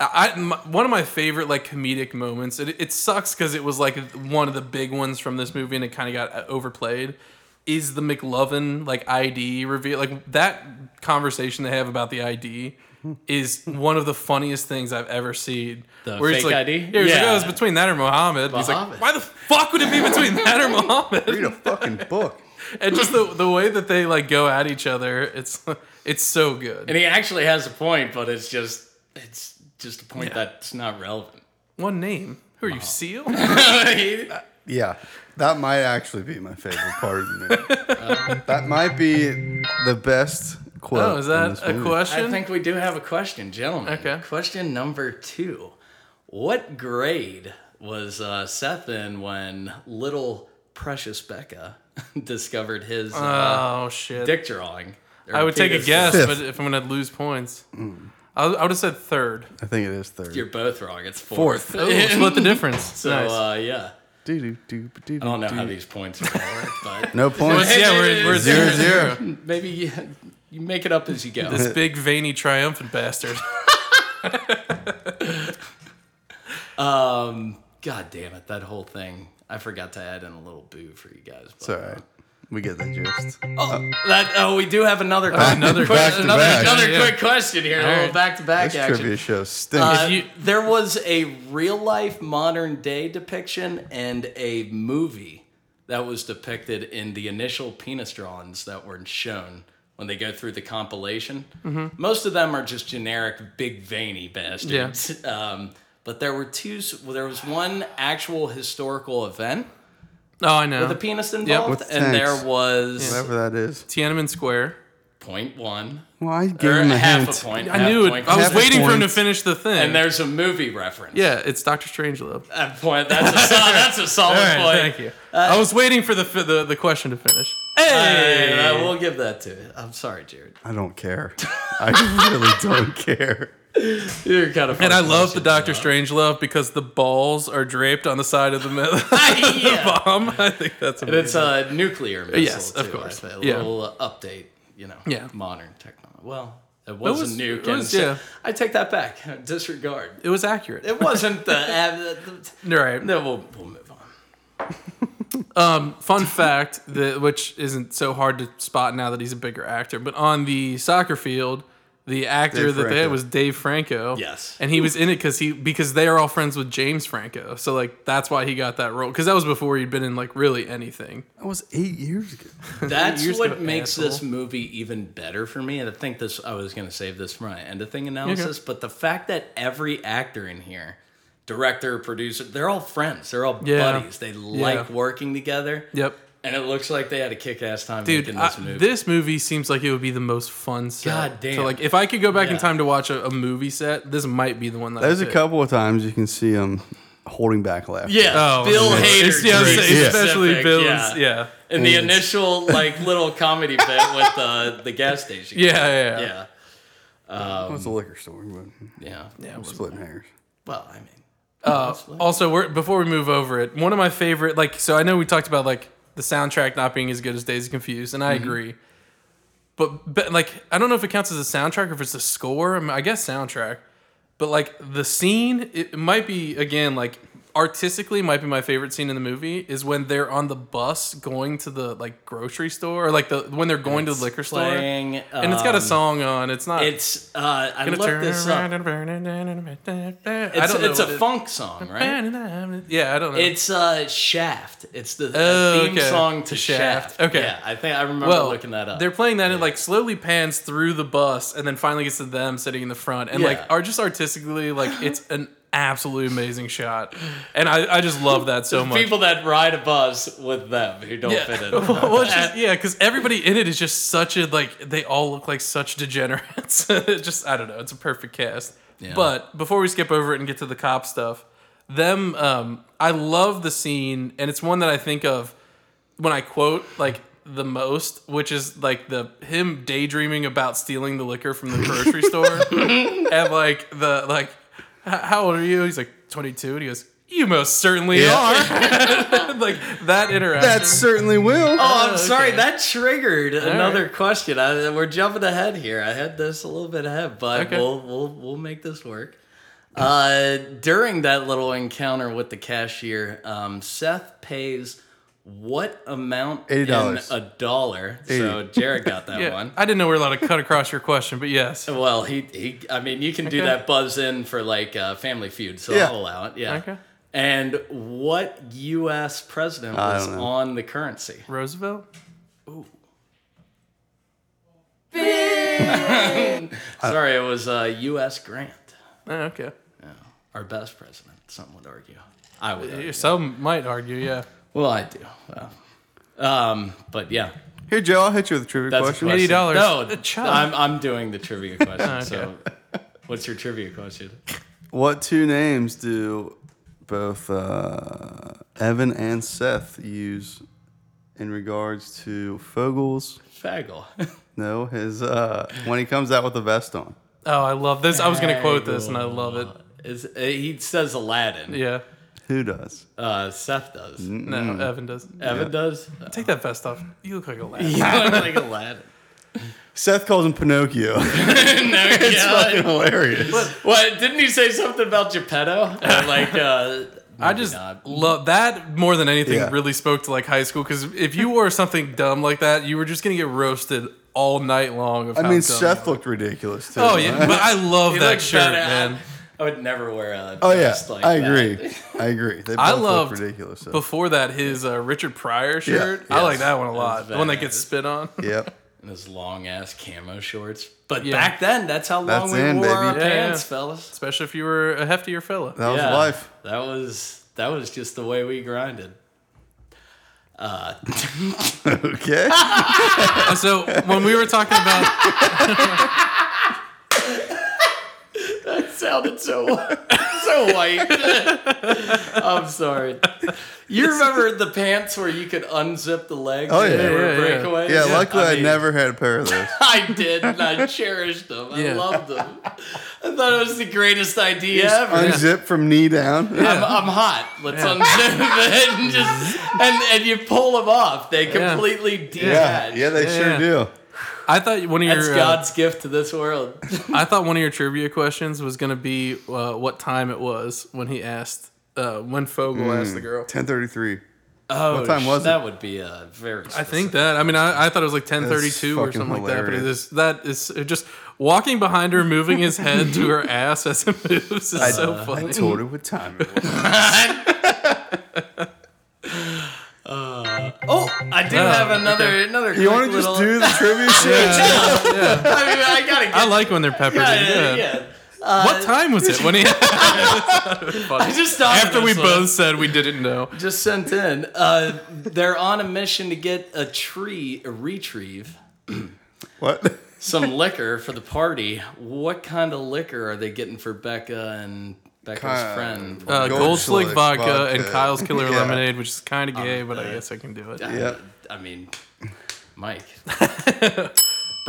Speaker 1: I I- my, one of my favorite like comedic moments. It, it sucks because it was like one of the big ones from this movie, and it kind of got uh, overplayed. Is the McLovin like ID reveal? Like that conversation they have about the ID is one of the funniest things I've ever seen.
Speaker 3: The
Speaker 1: Where it's
Speaker 3: fake
Speaker 1: like,
Speaker 3: ID?
Speaker 1: Yeah, he's like,
Speaker 3: Yeah.
Speaker 1: oh, it's between that or Muhammad. And He's
Speaker 3: Muhammad.
Speaker 1: like, why the fuck would it be between that or Muhammad?
Speaker 2: Read a fucking book.
Speaker 1: and just the the way that they like go at each other, it's it's so good.
Speaker 3: and he actually has a point, but it's just it's just a point that's not relevant.
Speaker 1: One name. Who are you, Seal?
Speaker 2: Yeah, that might actually be my favorite part of the movie. that might be the best quote.
Speaker 1: Oh, is
Speaker 2: in
Speaker 1: that
Speaker 2: this
Speaker 1: a
Speaker 2: movie.
Speaker 1: question?
Speaker 3: I think we do have a question, gentlemen.
Speaker 1: Okay.
Speaker 3: Question number two. What grade was uh, Seth in when little precious Becca discovered his uh,
Speaker 1: oh shit!
Speaker 3: dick drawing?
Speaker 1: I would take a
Speaker 3: Penis-
Speaker 1: guess,
Speaker 2: Fifth. Mm.
Speaker 1: but if I'm gonna lose points, I, I would have said third.
Speaker 2: I think it is third.
Speaker 3: You're both wrong. It's fourth.
Speaker 1: Oh, split the difference.
Speaker 3: So
Speaker 1: nice.
Speaker 3: uh, yeah,
Speaker 2: Doo-doo-doo,
Speaker 3: I don't know how
Speaker 2: doo-doo-doo.
Speaker 3: these points are gonna work, but
Speaker 2: No points.
Speaker 1: yeah, we're, we're
Speaker 2: Zero,
Speaker 1: zero zero.
Speaker 2: zero.
Speaker 3: maybe you, you make it up as you go.
Speaker 1: This big veiny triumphant bastard.
Speaker 3: God damn it, that whole thing. I forgot to add in a little boo for you guys. But,
Speaker 2: It's all right. We get the gist.
Speaker 3: oh, that, oh, we do have another question.
Speaker 1: Another
Speaker 2: uh, Back to
Speaker 1: another,
Speaker 2: back.
Speaker 3: Another
Speaker 1: yeah.
Speaker 3: quick question here. A
Speaker 1: All
Speaker 3: little
Speaker 1: right.
Speaker 3: back to back
Speaker 2: This trivia
Speaker 3: action.
Speaker 2: show stinks.
Speaker 3: Uh,
Speaker 1: you-
Speaker 3: there was a real life modern day depiction and a movie that was depicted in the initial penis drawings that were shown when they go through the compilation.
Speaker 1: Mm-hmm.
Speaker 3: Most of them are just generic big veiny bastards. Um, but there were two. s- Well, there was one actual historical event
Speaker 1: Oh, I know.
Speaker 3: with a penis involved,
Speaker 2: With
Speaker 3: and
Speaker 2: tanks.
Speaker 3: there was
Speaker 2: Whatever that is.
Speaker 1: Tiananmen Square.
Speaker 3: point one
Speaker 2: Well, I gave
Speaker 3: or
Speaker 2: him a
Speaker 3: half
Speaker 2: hint.
Speaker 3: a point. half
Speaker 1: I knew it.
Speaker 3: point.
Speaker 1: I was
Speaker 2: Half a
Speaker 1: waiting for him to
Speaker 2: point.
Speaker 1: finish the thing.
Speaker 3: and there's a movie reference.
Speaker 1: yeah, it's Doctor Strangelove.
Speaker 3: That point. That's a solid, that's a solid
Speaker 1: All right,
Speaker 3: point.
Speaker 1: thank you.
Speaker 3: Uh,
Speaker 1: I was waiting for the fi- the, the question to finish.
Speaker 3: Hey, I will give that to you. I'm sorry, Jared.
Speaker 2: I don't care. I really don't care.
Speaker 3: You're kind of.
Speaker 1: And I love the Doctor Strangelove because the balls are draped on the side of the, mi-
Speaker 3: Yeah.
Speaker 1: the bomb. I think that's amazing.
Speaker 3: It's a nuclear missile.
Speaker 1: Yes, of
Speaker 3: too,
Speaker 1: course.
Speaker 3: I think. A
Speaker 1: Yeah.
Speaker 3: little update, you know.
Speaker 1: Yeah.
Speaker 3: Modern technology. Well, it was,
Speaker 1: was-
Speaker 3: a nuke.
Speaker 1: it
Speaker 3: and
Speaker 1: was-
Speaker 3: so-
Speaker 1: yeah.
Speaker 3: I take that back. Disregard.
Speaker 1: it was accurate.
Speaker 3: It wasn't the. uh, the- the-
Speaker 1: All right.
Speaker 3: no, we'll, we'll move on.
Speaker 1: Fun fact, that, which isn't so hard to spot now that he's a bigger actor, but on the soccer field, the actor
Speaker 2: Dave
Speaker 1: that they
Speaker 2: Franco.
Speaker 1: had was Dave Franco.
Speaker 3: Yes.
Speaker 1: and he was in it because he because they are all friends with James Franco, so like that's why he got that role because that was before he'd been in like really anything.
Speaker 2: That was eight years ago.
Speaker 3: That's
Speaker 1: You're
Speaker 3: what
Speaker 1: so
Speaker 3: makes
Speaker 1: asshole.
Speaker 3: this movie even better for me. And I think this, I was going to save this for my end of thing analysis, but the fact that every actor in here, director, producer, they're all friends. They're all
Speaker 1: Yeah.
Speaker 3: buddies. They like working together.
Speaker 1: Yep,
Speaker 3: And it looks like they had a kick ass time
Speaker 1: dude,
Speaker 3: making
Speaker 1: I-
Speaker 3: this
Speaker 1: this,
Speaker 3: movie.
Speaker 1: movie. seems like it would be the most fun set.
Speaker 3: God damn.
Speaker 1: So like if I could go back
Speaker 3: Yeah.
Speaker 1: in time to watch a, a movie set, this might be the one that
Speaker 2: There's
Speaker 1: I
Speaker 2: a couple of times you can see him holding back laughter.
Speaker 3: yeah.
Speaker 1: Oh,
Speaker 3: Bill
Speaker 1: it's-
Speaker 3: Hader.
Speaker 1: it's- yeah, I'm
Speaker 3: to be
Speaker 1: saying,
Speaker 2: Yeah.
Speaker 1: especially
Speaker 3: specific,
Speaker 1: Bill's.
Speaker 3: Yeah.
Speaker 1: Yeah, yeah,
Speaker 3: In the initial like little comedy bit with uh, the gas station.
Speaker 1: yeah, yeah.
Speaker 3: Yeah.
Speaker 2: It was a liquor store, but
Speaker 3: Yeah.
Speaker 2: I'm splitting hairs.
Speaker 3: Well, I mean.
Speaker 1: Uh, Also, we're, before we move over it, one of my favorite, like, so I know we talked about like the soundtrack not being as good as Days of Confused, and I agree. But, but like, I don't know if it counts as a soundtrack or if it's a score. I, mean, I guess soundtrack. But like the scene, it might be again like artistically might be my favorite scene in the movie is when they're on the bus going to the like grocery store or like the when they're going to the liquor store
Speaker 3: playing,
Speaker 1: and it's got a
Speaker 3: um,
Speaker 1: song on. It's not.
Speaker 3: It's uh, I
Speaker 1: Gonna
Speaker 3: looked
Speaker 1: turn
Speaker 3: this
Speaker 1: around
Speaker 3: up.
Speaker 1: and burn it down and burn it down. I
Speaker 3: It's,
Speaker 1: don't know
Speaker 3: it's a
Speaker 1: what it-
Speaker 3: funk song, right?
Speaker 1: Yeah, I don't know.
Speaker 3: It's uh, Shaft. It's the, the
Speaker 1: Oh,
Speaker 3: theme
Speaker 1: okay.
Speaker 3: song to
Speaker 1: To
Speaker 3: Shaft.
Speaker 1: Shaft. Okay.
Speaker 3: Yeah, I think I remember
Speaker 1: well,
Speaker 3: looking that up.
Speaker 1: They're playing that. and It like slowly pans through the bus, and then finally gets to them sitting in the front, and
Speaker 3: Yeah.
Speaker 1: like are just artistically like it's an absolutely amazing shot, and I, I just love that so much.
Speaker 3: People that ride a bus with them who don't
Speaker 1: yeah,
Speaker 3: fit in.
Speaker 1: Well, it's just- yeah, because everybody in it is just such a like they all look like such degenerates. It just I don't know, it's a perfect cast. But before we skip over it and get to the cop stuff, them um, I love the scene, and it's one that I think of when I quote like the most, which is like the him daydreaming about stealing the liquor from the grocery store, and like the like, "H- how old are you? He's like twenty two, and he goes, "You most certainly are." like that interaction.
Speaker 2: Oh, That certainly will.
Speaker 3: Oh, I'm
Speaker 1: Oh,
Speaker 3: sorry.
Speaker 1: okay.
Speaker 3: That triggered another question. I, we're jumping ahead here. I had this a little bit ahead, but
Speaker 1: Okay.
Speaker 3: we'll, we'll we'll make this work. Uh, during that little encounter with the cashier, um, Seth pays what amount
Speaker 2: $80.
Speaker 3: in a dollar? So Jared got that
Speaker 1: yeah,
Speaker 3: one.
Speaker 1: I didn't know we were allowed to cut across your question, but yes.
Speaker 3: Well, he, he I mean, you can do
Speaker 1: Okay.
Speaker 3: that buzz in for like uh, Family Feud, so
Speaker 2: Yeah.
Speaker 3: I'll allow it. Yeah.
Speaker 1: Okay.
Speaker 3: And what U.S. president
Speaker 2: I
Speaker 3: was
Speaker 2: don't know.
Speaker 3: on the currency?
Speaker 1: Roosevelt.
Speaker 3: Sorry, it was uh, U.S. Grant,
Speaker 1: Oh, okay.
Speaker 3: our best president. Some would argue. I would. Argue.
Speaker 1: Some might argue, yeah.
Speaker 3: Well, I do. Well, um, but yeah,
Speaker 2: Here, Joe, I'll hit you with a trivia
Speaker 3: that's
Speaker 2: question.
Speaker 3: a question.
Speaker 1: $80.
Speaker 3: No,
Speaker 1: A child.
Speaker 3: I'm I'm doing the trivia question. So, what's your trivia question?
Speaker 2: What two names do both uh, Evan and Seth use in regards to Fogles?
Speaker 3: Faggle.
Speaker 2: No, his uh, when he comes out with the vest on.
Speaker 1: Oh, I love this. I was going to quote this, and I love it.
Speaker 3: Is uh, he says Aladdin?
Speaker 1: Yeah.
Speaker 2: Who does?
Speaker 3: Uh, Seth does.
Speaker 2: Mm,
Speaker 1: No, Evan doesn't.
Speaker 3: Evan does.
Speaker 1: Take that vest off. You look like a lad.
Speaker 3: Yeah, like Aladdin.
Speaker 2: Seth calls him Pinocchio. it's fucking hilarious.
Speaker 3: What didn't he say something about Geppetto? Or like, uh,
Speaker 1: I
Speaker 3: maybe
Speaker 1: just
Speaker 3: not.
Speaker 1: love that more than anything.
Speaker 2: Yeah.
Speaker 1: Really spoke to like high school because if you wore something dumb like that, you were just gonna get roasted all night long. Of
Speaker 2: I
Speaker 1: how
Speaker 2: mean,
Speaker 1: dumb
Speaker 2: Seth
Speaker 1: you
Speaker 2: looked ridiculous too.
Speaker 1: are. Oh yeah, but I love
Speaker 3: He
Speaker 1: that
Speaker 3: looked
Speaker 1: shirt,
Speaker 3: better.
Speaker 1: man.
Speaker 3: I would never wear a.
Speaker 2: Oh yeah,
Speaker 3: vest like
Speaker 2: I
Speaker 3: that.
Speaker 2: agree. I agree. They both
Speaker 1: I
Speaker 2: look
Speaker 1: loved
Speaker 2: ridiculous. though.
Speaker 1: before that his uh, Richard Pryor shirt. I
Speaker 2: Yes.
Speaker 1: like that one a lot. The one that gets
Speaker 3: badass.
Speaker 1: spit on.
Speaker 2: Yep.
Speaker 3: And his long ass camo shorts. But
Speaker 1: Yeah.
Speaker 3: back then, that's how long
Speaker 2: That's
Speaker 3: we
Speaker 2: in,
Speaker 3: wore our
Speaker 2: baby.
Speaker 1: Yeah, yeah.
Speaker 3: pants, fellas.
Speaker 1: Especially if you were a heftier fella.
Speaker 2: That was
Speaker 3: Yeah.
Speaker 2: life.
Speaker 3: That was that was just the way we grinded. Uh,
Speaker 2: Okay.
Speaker 1: Uh, so when we were talking about
Speaker 3: that sounded so so white. I'm sorry. You remember the pants where you could unzip the legs?
Speaker 2: Oh,
Speaker 3: and
Speaker 2: yeah.
Speaker 3: they were
Speaker 1: Yeah, yeah.
Speaker 3: breakaways.
Speaker 2: Yeah, luckily I,
Speaker 3: mean,
Speaker 2: never had a pair of those.
Speaker 3: I did, and I cherished them. I
Speaker 1: Yeah.
Speaker 3: loved them. I thought it was the greatest idea
Speaker 1: Just
Speaker 3: ever.
Speaker 2: Unzip from knee down.
Speaker 3: I'm, I'm hot. Let's unzip it and just and, and you pull them off. They completely detach.
Speaker 2: Yeah, yeah, they
Speaker 1: Yeah,
Speaker 2: sure
Speaker 1: yeah.
Speaker 2: do.
Speaker 1: I thought one of
Speaker 3: That's
Speaker 1: your uh,
Speaker 3: God's gift to this world.
Speaker 1: I thought one of your trivia questions was gonna be uh, what time it was when he asked uh, when Fogel asked the girl.
Speaker 2: Ten thirty three.
Speaker 3: Oh,
Speaker 2: time
Speaker 3: sh-
Speaker 2: was it?
Speaker 3: that would be a very.
Speaker 1: I
Speaker 3: Specific.
Speaker 1: think that. I mean, I, I thought it was like ten thirty two or
Speaker 2: fucking
Speaker 1: something like that. But it
Speaker 2: hilarious.
Speaker 1: is that is it just walking behind her, moving his head to her ass as it moves is so
Speaker 2: I
Speaker 1: funny.
Speaker 2: told her what time it was.
Speaker 3: Oh, I do have another another.
Speaker 2: You want to just do the trivia shit?
Speaker 3: I mean, I gotta get.
Speaker 1: I like when they're peppered in.
Speaker 3: yeah,
Speaker 1: Yeah.
Speaker 3: yeah.
Speaker 1: What time was it when he?
Speaker 3: I just thought of
Speaker 1: after we
Speaker 3: this one.
Speaker 1: both said we didn't know.
Speaker 3: just sent in. Uh, they're on a mission to get a tree, a retrieve
Speaker 2: What?
Speaker 3: some liquor for the party. What kind of liquor are they getting for Becca and Becca's
Speaker 2: Kyle.
Speaker 3: friend?
Speaker 1: Uh,
Speaker 2: Gold
Speaker 1: Gold Slick
Speaker 2: Slick
Speaker 1: vodka,
Speaker 2: vodka.
Speaker 1: and Kyle's Killer
Speaker 2: Yeah.
Speaker 1: Lemonade, which is kind of gay, but I guess I can do it.
Speaker 3: I-
Speaker 2: yeah.
Speaker 3: I mean, Mike. Bravo.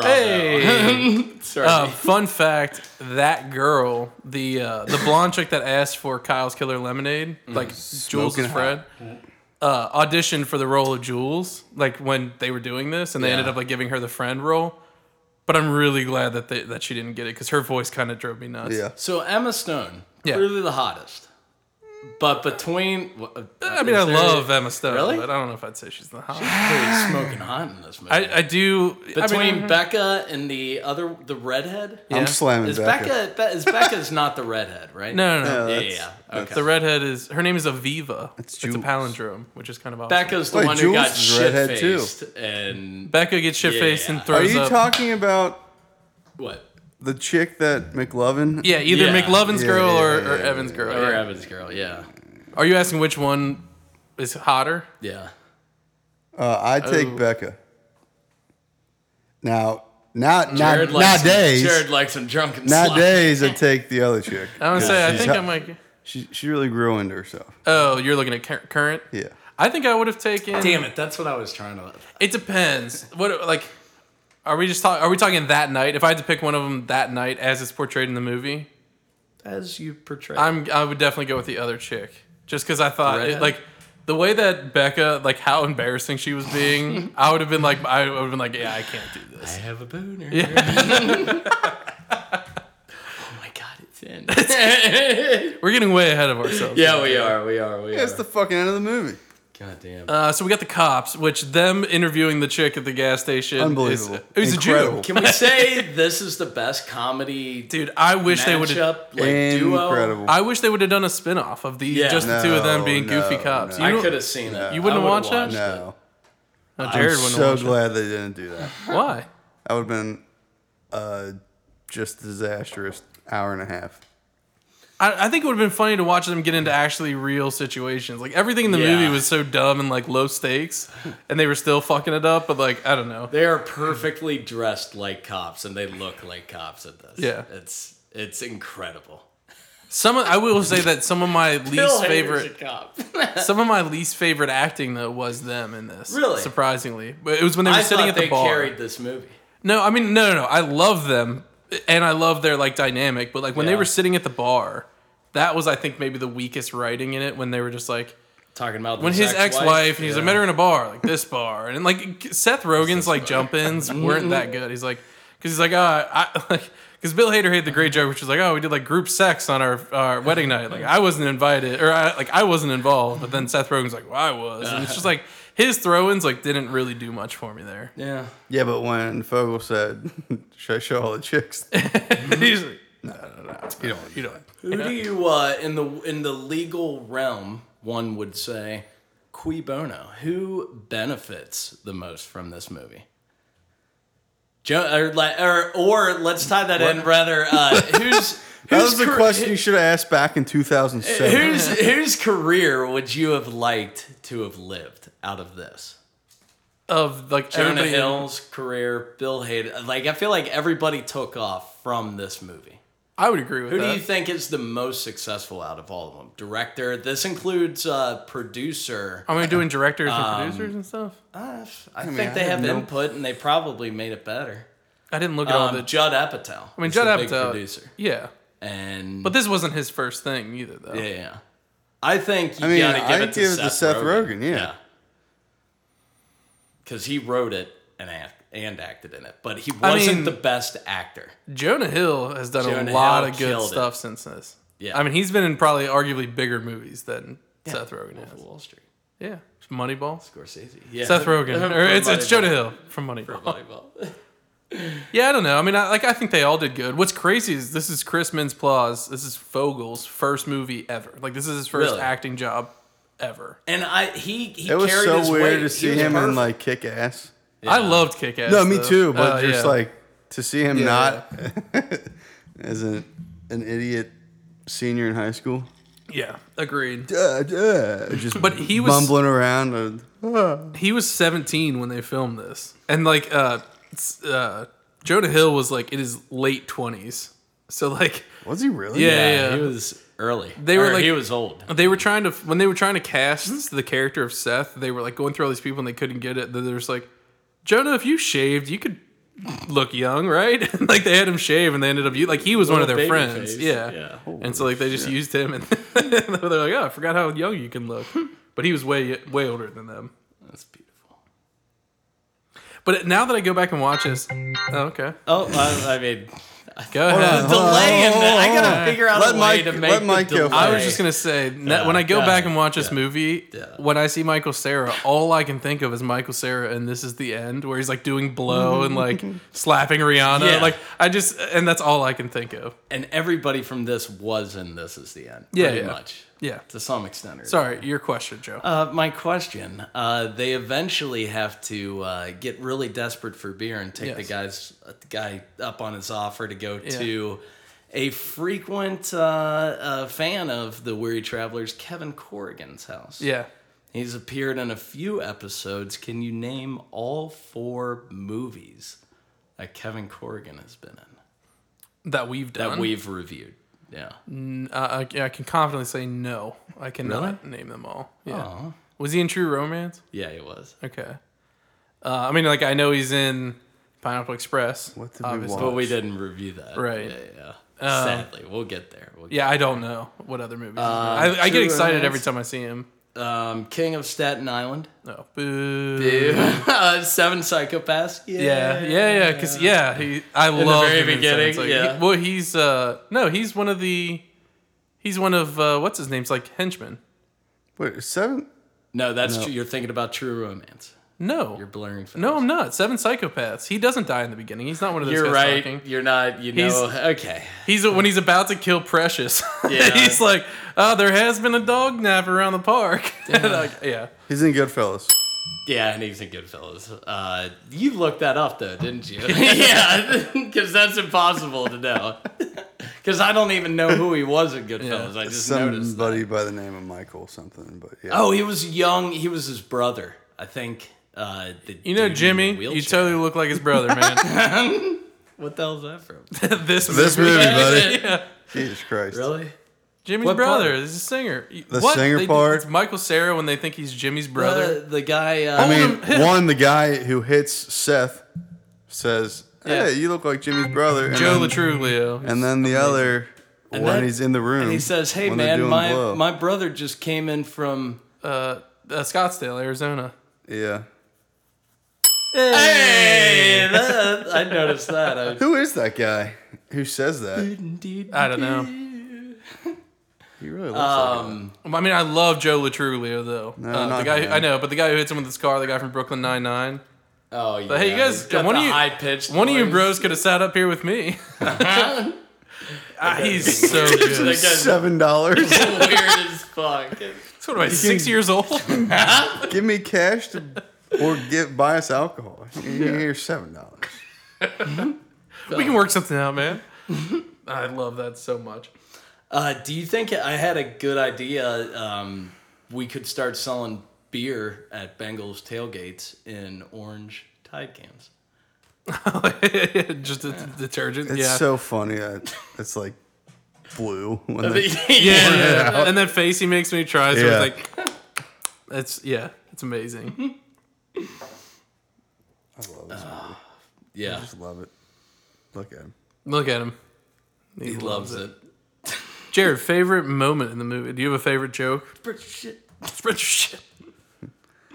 Speaker 1: Hey.
Speaker 3: Sorry.
Speaker 1: Uh, fun fact: that girl, the uh, the blonde chick that asked for Kyle's Killer Lemonade, like Jules'
Speaker 2: Mm. Smoking
Speaker 1: friend, uh, auditioned for the role of Jules. Like when they were doing this, and they ended
Speaker 3: Yeah.
Speaker 1: up like giving her the friend role. But I'm really glad that they, that she didn't get it because her voice kind of drove me nuts.
Speaker 2: Yeah.
Speaker 3: so Emma Stone,
Speaker 1: Yeah.
Speaker 3: clearly the hottest. But between, uh,
Speaker 1: I mean, I love Emma Stone,
Speaker 3: Really?
Speaker 1: but I don't know if I'd say she's the hot.
Speaker 3: smoking hot in this movie.
Speaker 1: I, I do I
Speaker 3: between
Speaker 1: mean,
Speaker 3: Becca and the other, the redhead.
Speaker 1: Yeah.
Speaker 2: I'm slamming
Speaker 3: Is
Speaker 2: Becca.
Speaker 3: Becca, Be- is Becca's not the redhead, right?
Speaker 1: no, no, no.
Speaker 2: No,
Speaker 3: Yeah,
Speaker 2: that's-
Speaker 3: yeah. yeah. Okay.
Speaker 1: The redhead is her name is Aviva.
Speaker 2: That's
Speaker 1: it's a
Speaker 2: Jules.
Speaker 1: palindrome, which is kind of awesome.
Speaker 3: Becca's the
Speaker 2: Wait,
Speaker 3: one who
Speaker 2: Jules
Speaker 3: got
Speaker 2: is redhead
Speaker 3: shit
Speaker 2: too.
Speaker 3: faced and
Speaker 1: Becca gets shit faced
Speaker 3: Yeah.
Speaker 1: and
Speaker 2: Are
Speaker 1: throws
Speaker 2: you
Speaker 1: up.
Speaker 2: talking about
Speaker 3: what?
Speaker 2: the chick that McLovin?
Speaker 1: yeah, either
Speaker 3: Yeah.
Speaker 1: McLovin's
Speaker 2: Yeah,
Speaker 1: girl
Speaker 2: yeah,
Speaker 1: or,
Speaker 2: yeah,
Speaker 1: or
Speaker 2: yeah,
Speaker 1: Evan's girl.
Speaker 3: Or
Speaker 1: yeah.
Speaker 3: Evans girl? Yeah,
Speaker 1: Are you asking which one is hotter?
Speaker 3: yeah.
Speaker 2: Uh, I take
Speaker 1: Oh.
Speaker 2: Becca. Now, now, now
Speaker 3: Jared likes
Speaker 2: nowadays,
Speaker 3: Some, Jared likes some drunken.
Speaker 2: nowadays I take the other chick.
Speaker 1: I would say I
Speaker 2: she's
Speaker 1: think
Speaker 2: hot.
Speaker 1: I might.
Speaker 2: She she really grew into herself.
Speaker 1: Oh, you're looking at cur- current.
Speaker 2: Yeah.
Speaker 1: I think I would have taken.
Speaker 3: slut. Damn it! That's what I was trying to.
Speaker 1: It depends. What like. Are we just talking? Are we talking that night? If I had to pick one of them that night, as it's portrayed in the movie,
Speaker 3: As you portray.
Speaker 1: I'm I would definitely go with the other chick, just because I thought it,
Speaker 3: Redhead?
Speaker 1: like the way that Becca like how embarrassing she was being. I would have been like I would have been like yeah I can't do
Speaker 3: I
Speaker 1: this.
Speaker 3: have a boner. oh my god, it's in.
Speaker 1: We're getting way ahead of ourselves.
Speaker 3: yeah, we are. We are. We
Speaker 2: That's
Speaker 3: are.
Speaker 2: the fucking end of the movie.
Speaker 3: god damn.
Speaker 1: Uh, so we got the cops, which them interviewing the chick at the gas station.
Speaker 2: Unbelievable.
Speaker 1: Is, who's a
Speaker 2: Incredible.
Speaker 1: Jew.
Speaker 3: Can we say this is the best comedy
Speaker 1: Dude, I wish they would have.
Speaker 3: matchup? Like duo.
Speaker 2: Incredible.
Speaker 1: I wish they would have done a spin off of the
Speaker 3: Yeah.
Speaker 1: just the two of them
Speaker 2: No,
Speaker 1: being goofy
Speaker 2: no,
Speaker 1: cops.
Speaker 2: no.
Speaker 1: You
Speaker 3: I
Speaker 1: don't-
Speaker 3: could have seen it.
Speaker 1: you wouldn't have
Speaker 3: I would've
Speaker 1: watched
Speaker 3: watched
Speaker 2: no,
Speaker 1: no, Jared wouldn't
Speaker 2: so
Speaker 1: watch it.
Speaker 2: glad they didn't do that.
Speaker 1: Why?
Speaker 2: That would have been uh, just disastrous hour and a half.
Speaker 1: I, I think it would have been funny to watch them get into actually real situations. Like everything in the
Speaker 3: Yeah.
Speaker 1: movie was so dumb and like low stakes, and they were still fucking it up. But like I don't know.
Speaker 3: They are perfectly dressed like cops, and they look like cops at this.
Speaker 1: Yeah.
Speaker 3: it's it's incredible.
Speaker 1: Some of, I will say that some of my
Speaker 3: Bill
Speaker 1: least
Speaker 3: Hader's
Speaker 1: favorite
Speaker 3: a cop.
Speaker 1: some of my least favorite acting though was them in this.
Speaker 3: Really?
Speaker 1: surprisingly, but it was when they were
Speaker 3: I
Speaker 1: sitting
Speaker 3: thought
Speaker 1: at
Speaker 3: they
Speaker 1: the bar.
Speaker 3: carried this movie.
Speaker 1: No, I mean no, no, no. I love them and I love their like dynamic, but like when they
Speaker 3: Yeah.
Speaker 1: were sitting at the bar, that was I think maybe the weakest writing in it when they were just like
Speaker 3: Talking about
Speaker 1: when his ex-wife, and he's
Speaker 3: yeah.
Speaker 1: like met her in a bar, like this bar, and like Seth Rogen's like jump-ins weren't that good. He's like because he's like uh, I like. Because Bill Hader had the great joke, which was like, "Oh, we did like group sex on our, our wedding night. Like, I wasn't invited, or I, like I wasn't involved." But then Seth Rogen's like, "Well, I was," and it's just like his throw-ins like didn't really do much for me there.
Speaker 3: Yeah.
Speaker 2: Yeah, but when Fogel said, "Should I show all the chicks?"
Speaker 1: he's like, "No, no, no, you don't, you don't."
Speaker 3: Who do you uh, in the in the legal realm? One would say, "Qui bono." Who benefits the most from this movie? Jo- or, like- or, or let's tie that in, rather. Uh, who's
Speaker 2: That
Speaker 3: whose
Speaker 2: was the
Speaker 3: car-
Speaker 2: question you should have asked back in 2007.
Speaker 3: Whose whose career would you have liked to have lived out of this?
Speaker 1: Of like
Speaker 3: Jonah
Speaker 1: everybody-
Speaker 3: Hill's career, Bill Hader. Like I feel like everybody took off from this movie.
Speaker 1: I would agree with
Speaker 3: Who
Speaker 1: that.
Speaker 3: do you think is the most successful out of all of them? Director. This includes uh, producer.
Speaker 1: Are we doing directors
Speaker 3: Um,
Speaker 1: and producers and stuff?
Speaker 3: Uh, I
Speaker 2: mean,
Speaker 3: think
Speaker 2: I
Speaker 3: they
Speaker 2: have
Speaker 3: have
Speaker 2: no-
Speaker 3: input, and they probably made it better.
Speaker 1: I didn't look at all
Speaker 3: Um,
Speaker 1: the.
Speaker 3: Judd Apatow.
Speaker 1: I mean,
Speaker 3: is
Speaker 1: Judd
Speaker 3: the big
Speaker 1: Apatow.
Speaker 3: producer,
Speaker 1: Yeah,
Speaker 3: and
Speaker 1: but this wasn't his first thing either, though.
Speaker 3: yeah, yeah. I think you
Speaker 2: mean,
Speaker 3: gotta give
Speaker 2: I'd
Speaker 3: it to
Speaker 2: give it
Speaker 3: Seth,
Speaker 2: to Seth
Speaker 3: Rogen.
Speaker 2: Rogen, yeah.
Speaker 3: because he wrote it and act, and acted in it, but he
Speaker 1: I
Speaker 3: wasn't
Speaker 1: mean-
Speaker 3: the best actor.
Speaker 1: Jonah Hill has done
Speaker 3: Jonah
Speaker 1: a lot
Speaker 3: Hill
Speaker 1: of good
Speaker 3: killed it.
Speaker 1: stuff since this.
Speaker 3: Yeah.
Speaker 1: I mean, he's been in probably arguably bigger movies than Seth Rogen
Speaker 3: Wolf
Speaker 1: has.
Speaker 3: of Wall Street,
Speaker 1: Yeah, Moneyball.
Speaker 3: Scorsese, yeah.
Speaker 1: Seth Rogen, or it's, it's
Speaker 3: Moneyball.
Speaker 1: Jonah Hill from Moneyball.
Speaker 3: Moneyball.
Speaker 1: Yeah, I don't know. I mean, I, like I think they all did good. What's crazy is this is Chris Mintz-Plasse. This is Fogel's first movie ever. Like this is his first
Speaker 3: Really?
Speaker 1: acting job ever.
Speaker 3: And I he he
Speaker 2: It was
Speaker 3: carried
Speaker 2: so
Speaker 3: his
Speaker 2: weird
Speaker 3: weight.
Speaker 2: to
Speaker 3: He
Speaker 2: see
Speaker 3: was
Speaker 2: him in
Speaker 3: perfect.
Speaker 2: like Kick Ass.
Speaker 1: I loved Uh, Kick Ass.
Speaker 2: No, me too. But just like to see him
Speaker 1: Oh, Yeah.
Speaker 2: not as an an idiot senior in high school.
Speaker 1: yeah, agreed.
Speaker 2: Duh, duh, just
Speaker 1: But he was-
Speaker 2: mumbling around. And,
Speaker 1: he was 17 when they filmed this and like uh, s- uh jonah hill was like in his late 20s so like
Speaker 2: was he really?
Speaker 1: Yeah.
Speaker 3: he was early.
Speaker 1: They were
Speaker 3: Or
Speaker 1: like-
Speaker 3: he was old.
Speaker 1: they were trying to when they were trying to cast
Speaker 3: Mm-hmm.
Speaker 1: the character of seth they were like going through all these people and they couldn't get it then there's like jonah if you shaved you could look young right like they had him shave and they ended up you like he was one of
Speaker 3: Little
Speaker 1: their
Speaker 3: baby
Speaker 1: friends
Speaker 3: face.
Speaker 1: yeah, and so like they just used him and they're like oh i forgot how young you can look but he was way way older than them
Speaker 3: that's beautiful.
Speaker 1: but now that i go back and watch this oh, okay
Speaker 3: Oh, I, I mean,
Speaker 1: go ahead
Speaker 2: on, hold on.
Speaker 3: delay in that. I
Speaker 2: Oh,
Speaker 3: gotta figure out
Speaker 2: let
Speaker 3: a way
Speaker 2: Mike-
Speaker 3: to make
Speaker 2: let
Speaker 3: the
Speaker 2: Mike go
Speaker 3: delay.
Speaker 1: I was just gonna say that when I go
Speaker 3: yeah,
Speaker 1: back and watch this movie,
Speaker 3: yeah.
Speaker 1: when I see Michael Sarah, all I can think of is Michael Sarah, and this is the end where he's like doing blow and like slapping Rihanna.
Speaker 3: Yeah.
Speaker 1: Like I just, and that's all I can think of.
Speaker 3: and everybody from this was in this is the end.
Speaker 1: Yeah,
Speaker 3: pretty
Speaker 1: yeah.
Speaker 3: much
Speaker 1: Yeah.
Speaker 3: to some extent. or-
Speaker 1: Sorry, your question, Joe.
Speaker 3: Uh, my question: uh, They eventually have to uh, get really desperate for beer and take the
Speaker 1: Yes.
Speaker 3: guys, uh, the guy up on his offer to go
Speaker 1: Yeah.
Speaker 3: to a frequent uh, uh, fan of the Weary Travelers, Kevin Corrigan's house.
Speaker 1: yeah.
Speaker 3: He's appeared in a few episodes. Can you name all four movies that Kevin Corrigan has been in
Speaker 1: That we've
Speaker 3: that
Speaker 1: done.
Speaker 3: we've reviewed? Yeah.
Speaker 1: Uh, I, I can confidently say no. I cannot name them all.
Speaker 3: Oh.
Speaker 1: Yeah.
Speaker 3: Aw.
Speaker 1: Was he in True Romance?
Speaker 3: Yeah, he was.
Speaker 1: Okay. Uh, I mean, like I know he's in Pineapple Express.
Speaker 2: What did we
Speaker 1: obviously.
Speaker 2: watch?
Speaker 3: But we didn't review that.
Speaker 1: Right. Uh,
Speaker 3: Yeah, yeah. Sadly, we'll get there. We'll get
Speaker 1: Yeah, I don't know what other movies.
Speaker 3: Uh,
Speaker 1: I, I get
Speaker 2: True
Speaker 1: excited
Speaker 2: Romance.
Speaker 1: every time I see him.
Speaker 3: Um, King of Staten Island.
Speaker 1: No. Boo.
Speaker 3: uh, Seven Psychopaths.
Speaker 1: Yeah, yeah, yeah. Because yeah, he. I love
Speaker 3: very
Speaker 1: him in
Speaker 3: beginning,
Speaker 1: Seven Psych-
Speaker 3: yeah.
Speaker 1: he- well, he's uh no, he's one of the, he's one of uh, what's his name's like henchmen.
Speaker 2: Wait, seven.
Speaker 3: No, that's true. You're thinking about True Romance.
Speaker 1: No,
Speaker 3: You're blurring. Films.
Speaker 1: no, I'm not. Seven psychopaths. He doesn't die in the beginning. He's not one of those.
Speaker 3: You're
Speaker 1: guys
Speaker 3: right.
Speaker 1: Talking.
Speaker 3: You're not. You
Speaker 1: He's-
Speaker 3: know. Okay.
Speaker 1: He's when he's about to kill Precious.
Speaker 3: Yeah.
Speaker 1: he's like, oh, there has been a dog nap around the park. Yeah. yeah.
Speaker 2: He's in Goodfellas.
Speaker 3: Yeah, and he's in Goodfellas. Uh, you looked that up though, didn't you? yeah, because that's impossible to know. Because I don't even know who he was in Goodfellas. I just noticed. that.
Speaker 2: Somebody by the name of Michael something. But yeah.
Speaker 3: Oh, he was young. He was his brother, I think. Uh, the
Speaker 1: You know,
Speaker 3: dude in the
Speaker 1: Jimmy, you
Speaker 3: wheelchair.
Speaker 1: totally look like his brother, man.
Speaker 3: what the hell's that from?
Speaker 1: this,
Speaker 2: This
Speaker 1: movie.
Speaker 2: movie, buddy.
Speaker 1: Yeah.
Speaker 2: Jesus Christ.
Speaker 3: really?
Speaker 1: Jimmy's
Speaker 3: What part?
Speaker 1: brother is a singer.
Speaker 2: The singer part?
Speaker 1: It's Michael Sarah when they think he's Jimmy's brother.
Speaker 3: The, the guy. Uh,
Speaker 2: I mean, one, the guy who hits Seth says, hey, you look like Jimmy's brother. And
Speaker 1: Joe
Speaker 2: then,
Speaker 1: Latrulio.
Speaker 2: and then the other
Speaker 3: And
Speaker 2: when
Speaker 3: that-
Speaker 2: he's in the room.
Speaker 3: And he says, "Hey
Speaker 2: when they're
Speaker 3: man,
Speaker 2: doing
Speaker 3: my
Speaker 2: blow."
Speaker 3: my brother just came in from
Speaker 1: uh, uh, Scottsdale, Arizona.
Speaker 2: yeah."
Speaker 3: Hey, that, I noticed that. I,
Speaker 2: Who is that guy who says that?
Speaker 1: I don't know.
Speaker 2: He really looks
Speaker 3: Um,
Speaker 1: I mean, I love Joe Latrulio though.
Speaker 2: No,
Speaker 1: uh, the
Speaker 2: not
Speaker 1: guy who,
Speaker 2: him.
Speaker 1: I know, but the guy who hits him with his car, the guy from Brooklyn Nine Nine.
Speaker 3: oh yeah.
Speaker 1: hey, you guys-
Speaker 3: he's got
Speaker 1: one of
Speaker 3: the
Speaker 1: you-
Speaker 3: high-pitched
Speaker 1: One of you
Speaker 3: voice.
Speaker 1: bros could have sat up here with me.
Speaker 3: that
Speaker 1: Ah, he's so good.
Speaker 2: like.
Speaker 3: guy's
Speaker 2: Seven dollars.
Speaker 3: weird as fuck.
Speaker 1: So What am I? Six years old?
Speaker 2: give me cash to, or get buy us alcohol. Here's seven dollars.
Speaker 1: we can work something out, man. I love that so much.
Speaker 3: Uh, do you think I had a good idea? Um, we could start selling beer at Bengals tailgates in orange Tide cans.
Speaker 1: Just a detergent.
Speaker 2: It's
Speaker 1: yeah.
Speaker 2: so funny. That it's like blue. When they-
Speaker 1: yeah,
Speaker 3: yeah.
Speaker 1: yeah. And that face he makes when he tries, yeah.
Speaker 2: Yeah.
Speaker 1: it's like, that's yeah, it's amazing.
Speaker 2: I love this. movie. I
Speaker 3: Yeah.
Speaker 2: just love it. Look at him.
Speaker 1: Look at him.
Speaker 3: He loves it.
Speaker 1: Jared, favorite moment in the movie? Do you have a favorite joke?
Speaker 3: Shit.
Speaker 1: Spread your shit.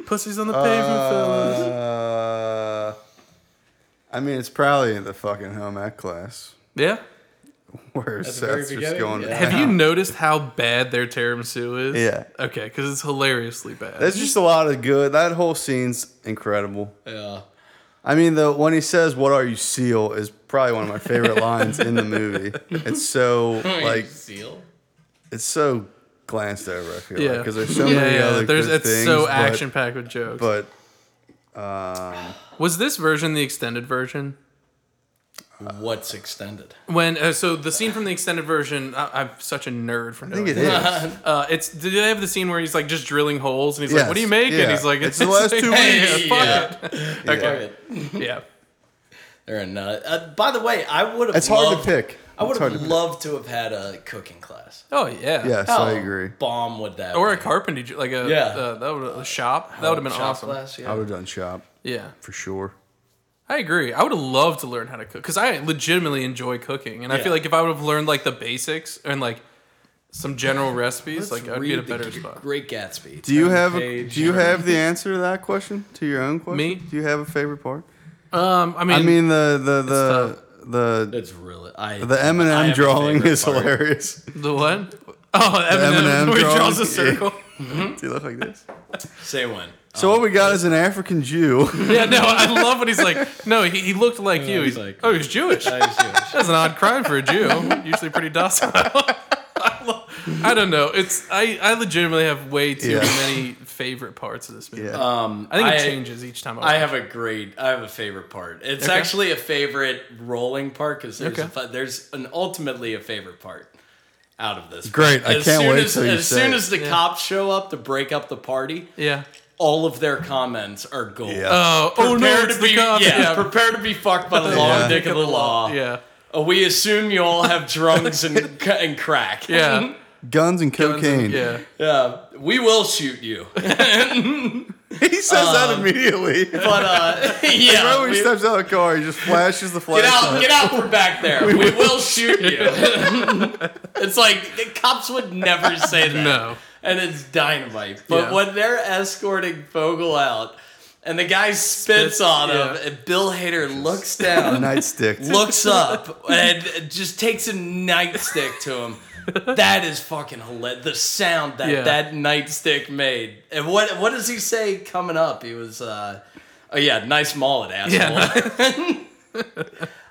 Speaker 1: Pussies on the pavement, fellas.
Speaker 2: Uh, I mean, it's probably in the fucking home ec class
Speaker 1: Yeah.
Speaker 2: where
Speaker 3: the very
Speaker 2: Seth's just
Speaker 3: beginning,
Speaker 2: going.
Speaker 3: yeah.
Speaker 1: Have you noticed how bad their tiramisu is?
Speaker 2: Yeah.
Speaker 1: Okay, because it's hilariously bad.
Speaker 2: That's just a lot of good. That whole scene's incredible.
Speaker 3: Yeah.
Speaker 2: I mean, the when he says "What are you, seal?" is probably one of my favorite lines in the movie. It's so like
Speaker 3: seal.
Speaker 2: it's so glanced over. I feel yeah.
Speaker 1: yeah.
Speaker 2: because there's so
Speaker 1: Yeah,
Speaker 2: many
Speaker 1: yeah,
Speaker 2: other
Speaker 1: there's,
Speaker 2: good
Speaker 1: It's
Speaker 2: things.
Speaker 1: so
Speaker 2: but-
Speaker 1: action packed with jokes.
Speaker 2: but, um,
Speaker 1: Was this version the extended version?
Speaker 3: What's extended?
Speaker 1: When uh, so the scene from the extended version, I, I'm such a nerd for
Speaker 2: I
Speaker 1: knowing.
Speaker 2: think it is.
Speaker 1: Uh, it's did they have the scene where he's like just drilling holes and he's like,
Speaker 2: Yes,
Speaker 1: "What do you make?" And
Speaker 2: yeah.
Speaker 1: he's like,
Speaker 2: It's the last
Speaker 1: like,
Speaker 2: two
Speaker 1: hey,
Speaker 3: weeks."
Speaker 1: Fuck
Speaker 3: Yeah.
Speaker 1: it. Okay. Yeah.
Speaker 3: They're a nut. Uh, by the way, I would have.
Speaker 2: It's hard to pick.
Speaker 3: I would
Speaker 2: It's hard
Speaker 3: have
Speaker 2: to pick.
Speaker 3: loved to have had a cooking class.
Speaker 1: Oh yeah.
Speaker 2: Yes,
Speaker 3: How
Speaker 2: I agree.
Speaker 3: Bomb would that.
Speaker 1: Or a
Speaker 3: be?
Speaker 1: carpentry, j- like a
Speaker 3: Yeah.
Speaker 1: uh, that would a shop. That would have been
Speaker 3: Shop
Speaker 1: awesome.
Speaker 3: Class,
Speaker 2: I
Speaker 3: yeah.
Speaker 2: would have done shop
Speaker 1: Yeah,
Speaker 2: for sure.
Speaker 1: I agree. I would have loved to learn how to cook because I legitimately enjoy cooking, and I
Speaker 3: Yeah.
Speaker 1: feel like if I would have learned like the basics and like some general recipes, like I'd be in a
Speaker 3: Read the
Speaker 1: better
Speaker 3: G-
Speaker 1: spot.
Speaker 3: Great Gatsby.
Speaker 2: Do you have a,
Speaker 3: page.
Speaker 2: Do you have the answer to that question? To your own question?
Speaker 1: Me?
Speaker 2: Do you have a favorite part?
Speaker 1: Um, I mean,
Speaker 2: I mean the the the
Speaker 3: It's really. I,
Speaker 2: the, the
Speaker 3: I have
Speaker 2: Eminem
Speaker 3: a
Speaker 2: drawing
Speaker 3: favorite
Speaker 2: is
Speaker 3: part.
Speaker 2: hilarious.
Speaker 1: the what? Oh, Eminem,
Speaker 2: Eminem
Speaker 1: where he
Speaker 2: drawing?
Speaker 1: draws a circle.
Speaker 2: Do you look like this?
Speaker 3: Say when.
Speaker 2: So what we got is an African Jew.
Speaker 1: Yeah, no, I love when he's like, no, he, he looked like you. He's
Speaker 3: he's
Speaker 1: like,
Speaker 3: like-
Speaker 1: oh, he's Jewish.
Speaker 3: I was Jewish.
Speaker 1: That's an odd crime for a Jew. Usually pretty docile. I lo- I don't know. It's I, I legitimately have way too
Speaker 2: Yeah.
Speaker 1: many favorite parts of this movie.
Speaker 2: yeah.
Speaker 3: Um,
Speaker 1: I think it changes each time. I,
Speaker 3: I
Speaker 1: watch
Speaker 3: have a great. I have a favorite part. It's
Speaker 1: Okay.
Speaker 3: actually a favorite rolling part because there's
Speaker 1: Okay.
Speaker 3: a, fu- there's an ultimately a favorite part out of this.
Speaker 2: Great, I
Speaker 3: As
Speaker 2: can't
Speaker 3: soon
Speaker 2: wait
Speaker 3: As,
Speaker 2: till you
Speaker 3: as
Speaker 2: say
Speaker 3: soon
Speaker 2: it.
Speaker 3: as the cops show up to break up the party,
Speaker 1: it. yeah.
Speaker 3: all of their comments are gold.
Speaker 2: Yeah.
Speaker 1: Oh, oh no,
Speaker 3: Prepare
Speaker 1: it's
Speaker 3: to
Speaker 1: the
Speaker 3: be,
Speaker 1: cops.
Speaker 3: yeah,
Speaker 1: Yeah,
Speaker 3: prepare to be fucked by the long
Speaker 2: Yeah.
Speaker 3: dick of the law.
Speaker 1: yeah,
Speaker 3: Uh, we assume you all have drugs and, c- and crack.
Speaker 1: yeah.
Speaker 2: Guns and cocaine.
Speaker 1: Yeah.
Speaker 3: Yeah, we will shoot you. But
Speaker 2: He says that immediately.
Speaker 3: uh, yeah,
Speaker 2: right when
Speaker 3: we-
Speaker 2: he steps out of the car, he just flashes the
Speaker 3: Get
Speaker 2: flashlight.
Speaker 3: out! Get out from back there. We will shoot you. it's like the cops would never say that.
Speaker 1: No.
Speaker 3: And it's dynamite. But
Speaker 1: Yeah.
Speaker 3: when they're escorting Fogel out, and the guy spits,
Speaker 1: Spits,
Speaker 3: on
Speaker 1: yeah.
Speaker 3: him, and Bill Hader looks down,
Speaker 2: Nightstick.
Speaker 3: looks up, and just takes a nightstick to him. That is fucking hilarious. The sound that
Speaker 1: Yeah.
Speaker 3: that nightstick made. And what what does he say coming up? He was, uh, oh yeah, nice mullet, asshole.
Speaker 1: Yeah.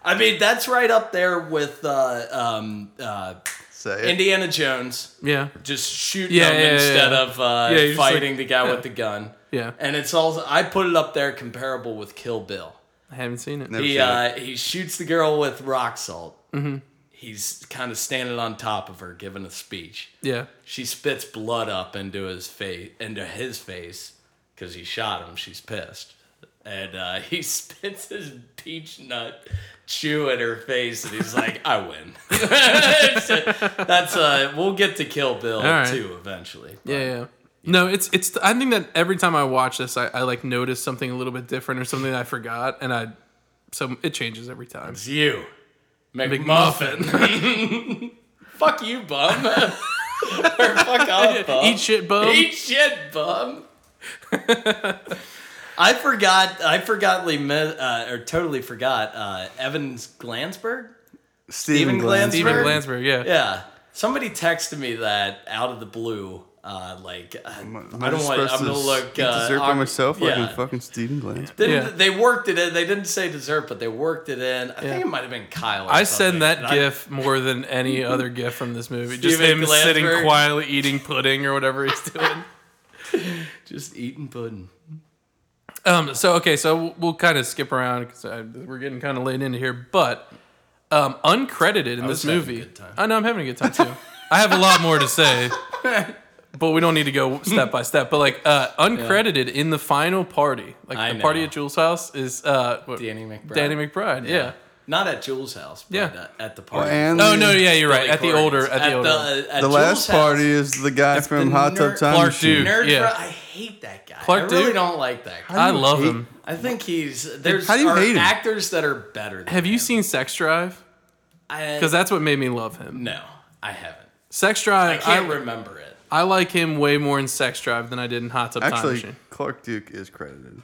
Speaker 3: I mean, that's right up there with uh, um, uh,
Speaker 2: Say it.
Speaker 3: Indiana Jones.
Speaker 1: Yeah.
Speaker 3: Just shoot
Speaker 1: Yeah,
Speaker 3: him
Speaker 1: yeah, yeah,
Speaker 3: instead
Speaker 1: yeah.
Speaker 3: of uh,
Speaker 1: Yeah, you're just
Speaker 3: fighting
Speaker 1: like-
Speaker 3: the guy
Speaker 1: yeah.
Speaker 3: with the gun.
Speaker 1: Yeah.
Speaker 3: And it's also, I put it up there comparable with Kill Bill.
Speaker 1: I haven't seen it.
Speaker 2: Never
Speaker 3: He,
Speaker 2: seen it.
Speaker 3: uh, he shoots the girl with rock salt. Mm-hmm. He's kind of standing on top of her, giving a speech.
Speaker 1: Yeah.
Speaker 3: She spits blood up into his face, into his face, because he shot him. She's pissed, and uh, he spits his peach nut chew at her face, and he's like, "I win." That's uh, we'll get to Kill Bill
Speaker 1: right.
Speaker 3: too eventually.
Speaker 1: Yeah, yeah. No, it's it's. I think that every time I watch this, I, I like notice something a little bit different or something that I forgot, and I so it changes every time.
Speaker 3: It's you, McMuffin. fuck you, bum. or fuck off, bum.
Speaker 1: Eat shit, bub.
Speaker 3: Eat shit, bum. I forgot. I forgotly met, uh, or totally forgot. Uh, Evans Glansberg. Steven
Speaker 2: Steven Glantz.
Speaker 1: Steven
Speaker 3: Glansberg.
Speaker 1: Glansberg, yeah.
Speaker 3: Yeah. Somebody texted me that out of the blue. Uh, like uh,
Speaker 2: Am
Speaker 3: I don't want.
Speaker 2: supposed
Speaker 3: I'm gonna
Speaker 2: to
Speaker 3: look.
Speaker 2: eat
Speaker 3: Uh,
Speaker 2: dessert by
Speaker 3: awk-
Speaker 2: myself. Like
Speaker 3: yeah.
Speaker 2: in fucking Steven Glantz.
Speaker 3: Didn't-
Speaker 1: Yeah.
Speaker 3: They worked it in. They didn't say dessert, but they worked it in. I think it might have been Kyle. or
Speaker 1: I send
Speaker 3: something.
Speaker 1: that
Speaker 3: And I-
Speaker 1: gif more than any other gif from this movie. Just
Speaker 3: Steven
Speaker 1: him sitting
Speaker 3: Glansberg.
Speaker 1: quietly eating pudding or whatever he's doing.
Speaker 3: just eating pudding.
Speaker 1: Um, so okay, so we'll, we'll kind of skip around because we're getting kind of late into here. But um, uncredited in this
Speaker 3: having a
Speaker 1: movie,
Speaker 3: good time.
Speaker 1: I know I'm having a good time too. I have a lot more to say, but we don't need to go step by step. But like uh, uncredited in the final party, like
Speaker 3: I
Speaker 1: the party
Speaker 3: know.
Speaker 1: at Jules' house is uh, what-
Speaker 3: Danny McBride.
Speaker 1: Danny McBride, yeah.
Speaker 3: Not at Jules' house. But
Speaker 1: Yeah.
Speaker 3: uh, at the party.
Speaker 2: and
Speaker 1: Oh no, yeah, you're right.
Speaker 3: Billy
Speaker 1: at the
Speaker 3: Corgan's.
Speaker 1: older, at, the older.
Speaker 3: uh, at
Speaker 2: The
Speaker 3: Jules'
Speaker 2: last
Speaker 3: house.
Speaker 2: party is the guy from
Speaker 3: the
Speaker 2: Hot
Speaker 3: ner-
Speaker 2: Tub Time
Speaker 1: Clark
Speaker 2: Machine.
Speaker 1: Duke.
Speaker 3: Nerd.
Speaker 1: Yeah.
Speaker 3: bro- I hate that guy.
Speaker 1: Clark
Speaker 3: I really
Speaker 1: Duke?
Speaker 3: don't like that guy.
Speaker 1: I love
Speaker 2: hate-
Speaker 1: him.
Speaker 3: I think he's there's
Speaker 2: How do you
Speaker 3: are
Speaker 2: hate him?
Speaker 3: actors that are better. Than
Speaker 1: Have you seen Sex Drive? Because
Speaker 3: Because
Speaker 1: that's what made me love him.
Speaker 3: no, I haven't.
Speaker 1: Sex Drive,
Speaker 3: I can't remember it.
Speaker 1: I like him way more in Sex Drive than I did in Hot Tub Time
Speaker 2: Actually,
Speaker 1: Machine.
Speaker 2: Clark Duke is credited.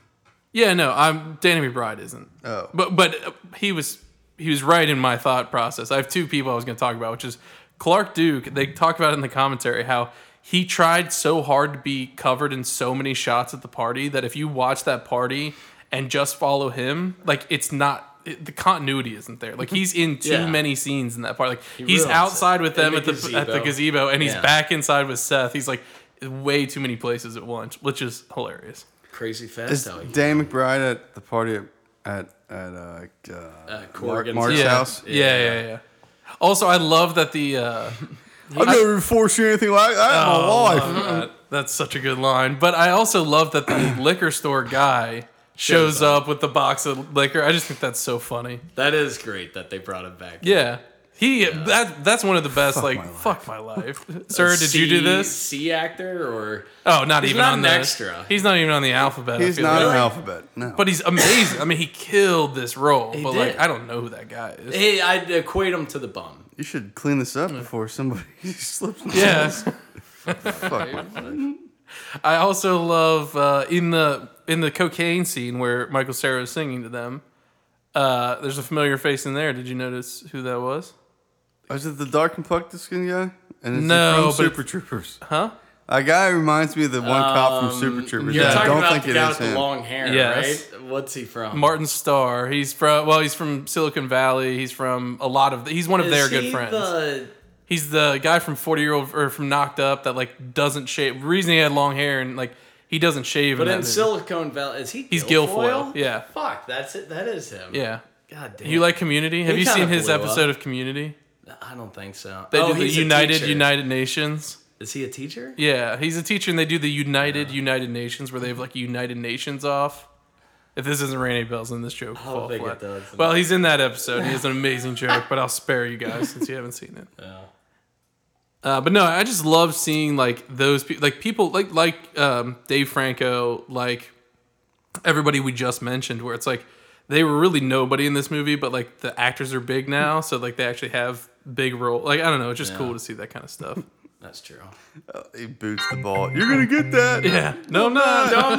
Speaker 1: Yeah, no, I'm Danny McBride isn't.
Speaker 2: Oh.
Speaker 1: but but uh, he was he was right in my thought process. I have two people I was going to talk about, which is Clark Duke. They talk about it in the commentary how he tried so hard to be covered in so many shots at the party that if you watch that party and just follow him, like it's not it, the continuity isn't there. Like he's in too
Speaker 3: Yeah.
Speaker 1: many scenes in that part. Like he's
Speaker 3: ruins it.
Speaker 1: outside with them
Speaker 3: In the
Speaker 1: at the at the
Speaker 3: gazebo.
Speaker 1: gazebo, and he's
Speaker 3: Yeah.
Speaker 1: back inside with Seth. He's like way too many places at once, which is hilarious.
Speaker 3: Crazy oh,
Speaker 2: Is
Speaker 3: fast. though.
Speaker 2: Dan McBride at the party at at, at uh, uh, Mark,
Speaker 3: Corgan's
Speaker 2: Mark's
Speaker 3: house.
Speaker 1: yeah.
Speaker 2: house?
Speaker 1: Yeah, yeah, yeah. Also, I love that the uh,
Speaker 2: I've never forced you anything like that in
Speaker 3: Oh,
Speaker 2: my life.
Speaker 1: uh, that's such a good line. But I also love that the liquor store guy shows up with the box of liquor. I just think that's so funny.
Speaker 3: That is great that they brought him back.
Speaker 1: Yeah, he that that's one of the best. like,
Speaker 2: my life.
Speaker 1: fuck my life, sir. Did you do
Speaker 3: C-
Speaker 1: this?
Speaker 3: C actor or
Speaker 1: Oh, not
Speaker 3: He's
Speaker 1: even
Speaker 3: not
Speaker 1: on
Speaker 3: an
Speaker 1: the
Speaker 3: extra.
Speaker 1: He's not even on the alphabet. I
Speaker 2: He's
Speaker 1: feel
Speaker 2: not
Speaker 1: like.
Speaker 2: an
Speaker 3: Really?
Speaker 2: alphabet. No.
Speaker 1: But he's amazing. I mean, he killed this role. but like,
Speaker 3: did.
Speaker 1: I don't know who that guy is.
Speaker 3: hey, I'd equate him to the bum.
Speaker 2: you should clean this
Speaker 3: Mm.
Speaker 2: up before somebody slips. and
Speaker 1: Yeah.
Speaker 2: falls. Fuck my life.
Speaker 1: I also love uh, in the in the cocaine scene where Michael Cera is singing to them. Uh, there's a familiar face in there. Did you notice who that was?
Speaker 2: Is it the dark and plucked skin guy? And it's
Speaker 1: No,
Speaker 2: from
Speaker 1: but
Speaker 2: Super Troopers.
Speaker 1: Huh?
Speaker 2: A guy reminds me of the one cop
Speaker 3: Um,
Speaker 2: from Super Troopers.
Speaker 3: You're
Speaker 2: but I
Speaker 3: talking
Speaker 2: don't
Speaker 3: about
Speaker 2: think
Speaker 3: the
Speaker 2: it
Speaker 3: guy
Speaker 2: is
Speaker 3: with the
Speaker 2: him.
Speaker 3: long hair,
Speaker 1: Yes.
Speaker 3: right? What's he from?
Speaker 1: Martin Starr. He's from well, he's from Silicon Valley. He's from a lot of. He's one of
Speaker 3: Is
Speaker 1: their
Speaker 3: he
Speaker 1: good friends.
Speaker 3: The,
Speaker 1: he's the guy from Forty Year Old or from Knocked Up that like doesn't shave. Reason he had long hair and like he doesn't shave.
Speaker 3: but
Speaker 1: that
Speaker 3: in
Speaker 1: movie.
Speaker 3: Silicon Valley, is he?
Speaker 1: He's Guilfoyle, yeah.
Speaker 3: Fuck, that's it. That is him.
Speaker 1: yeah.
Speaker 3: God damn.
Speaker 1: You like Community? Have you
Speaker 3: kinda
Speaker 1: seen his
Speaker 3: blew up.
Speaker 1: episode of Community?
Speaker 3: I don't think so.
Speaker 1: They
Speaker 3: oh,
Speaker 1: do the
Speaker 3: he's a
Speaker 1: United
Speaker 3: teacher.
Speaker 1: United Nations.
Speaker 3: Is he a teacher?
Speaker 1: Yeah, he's a teacher, and they do the United United Nations where they have like United Nations off. If this isn't Randy Bell's in this joke, will
Speaker 3: don't
Speaker 1: fall
Speaker 3: think it
Speaker 1: flat.
Speaker 3: does.
Speaker 1: Well, he's in that episode. He has an amazing joke, but I'll spare you guys since you haven't seen it. Uh, but no, I just love seeing like those people, like people like like um, Dave Franco, like everybody we just mentioned, where it's like they were really nobody in this movie, but like the actors are big now, so like they actually have big role. Like I don't know, it's just cool to see that kind of stuff.
Speaker 3: That's true.
Speaker 2: He boots the ball. You're gonna get that.
Speaker 1: Yeah, no, I'm not.
Speaker 3: No, I'm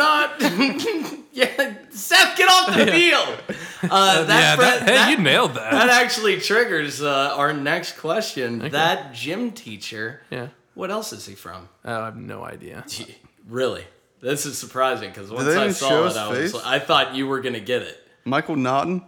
Speaker 3: not. yeah, Seth, get off the field. Uh, that,
Speaker 1: yeah,
Speaker 3: fri-
Speaker 1: that, hey,
Speaker 3: that-
Speaker 1: you nailed that.
Speaker 3: that actually triggers uh, our next question. That gym teacher.
Speaker 1: yeah.
Speaker 3: What else is he from?
Speaker 1: Oh, I have no idea.
Speaker 3: Gee, Really? This is surprising because once
Speaker 2: they
Speaker 3: I
Speaker 2: even
Speaker 3: saw
Speaker 2: show
Speaker 3: it,
Speaker 2: his
Speaker 3: I was
Speaker 2: face?
Speaker 3: I thought you were gonna get it.
Speaker 2: Michael Naughton.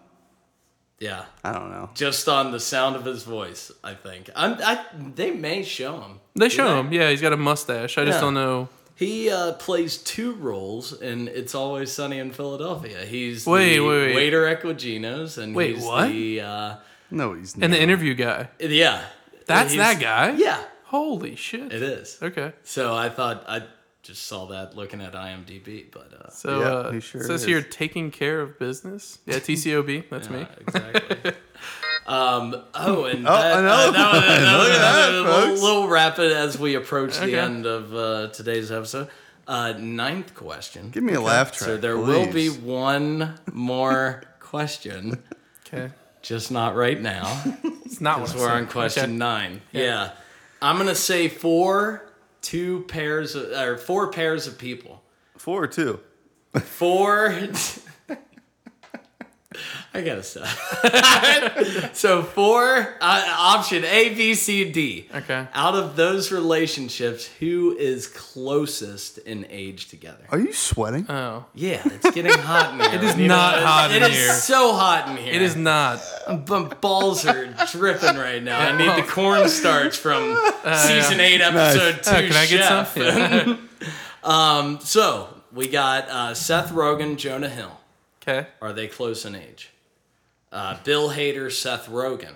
Speaker 3: Yeah,
Speaker 2: I don't know.
Speaker 3: just on the sound of his voice, I think. I'm, I they may show him.
Speaker 1: They
Speaker 3: Do
Speaker 1: show
Speaker 3: they?
Speaker 1: him. Yeah, he's got a mustache. I just
Speaker 3: Yeah.
Speaker 1: don't know.
Speaker 3: He uh, plays two roles in It's Always Sunny in Philadelphia. He's
Speaker 1: Wait,
Speaker 3: the
Speaker 1: wait, wait.
Speaker 3: waiter at Gugino's, and
Speaker 1: Wait,
Speaker 3: he's
Speaker 1: what?
Speaker 3: the uh,
Speaker 2: No, he's not.
Speaker 1: And the interview guy.
Speaker 3: yeah.
Speaker 1: That's
Speaker 3: He's-
Speaker 1: that guy.
Speaker 3: Yeah,
Speaker 1: Holy shit.
Speaker 3: it is.
Speaker 1: Okay.
Speaker 3: So I thought I just saw that looking at IMDb, but uh,
Speaker 1: So
Speaker 2: Yeah,
Speaker 1: uh,
Speaker 2: he sure
Speaker 1: it says
Speaker 2: is.
Speaker 1: here taking care of business. Yeah, TCOB. That's me.
Speaker 3: exactly. um, oh, and
Speaker 2: Oh,
Speaker 3: that,
Speaker 2: another
Speaker 3: uh, that
Speaker 2: one. Look
Speaker 3: was- that was
Speaker 2: at
Speaker 3: another
Speaker 2: that,
Speaker 3: little,
Speaker 2: folks.
Speaker 3: little rapid as we approach
Speaker 1: Okay.
Speaker 3: the end of uh, today's episode. Uh, ninth question.
Speaker 2: Give me a laugh track.
Speaker 3: so there will be
Speaker 2: please.
Speaker 3: one more question,
Speaker 1: Okay.
Speaker 3: just not right now.
Speaker 1: It's not what
Speaker 3: Because
Speaker 1: I
Speaker 3: we're
Speaker 1: said.
Speaker 3: on question
Speaker 1: Okay.
Speaker 3: nine. Yeah. I'm gonna say four, two pairs of, or four pairs of people.
Speaker 2: Four or two.
Speaker 3: Four. I gotta stop. so four uh, option A, B, C, D.
Speaker 1: Okay.
Speaker 3: Out of those relationships, who is closest in age together?
Speaker 2: Are you sweating?
Speaker 3: Uh,
Speaker 1: Oh.
Speaker 3: Yeah, it's getting hot in here. It
Speaker 1: is not hot in
Speaker 3: It
Speaker 1: here.
Speaker 3: is so hot in here.
Speaker 1: It is not.
Speaker 3: My balls are dripping right now. I need the cornstarch from season eight, episode
Speaker 1: Uh, Oh,
Speaker 3: two.
Speaker 1: can I get
Speaker 3: Chef.
Speaker 1: some? Yeah.
Speaker 3: Um, so we got uh, Seth Rogen, Jonah Hill.
Speaker 1: okay.
Speaker 3: Are they close in age? Uh, Bill Hader, Seth Rogen,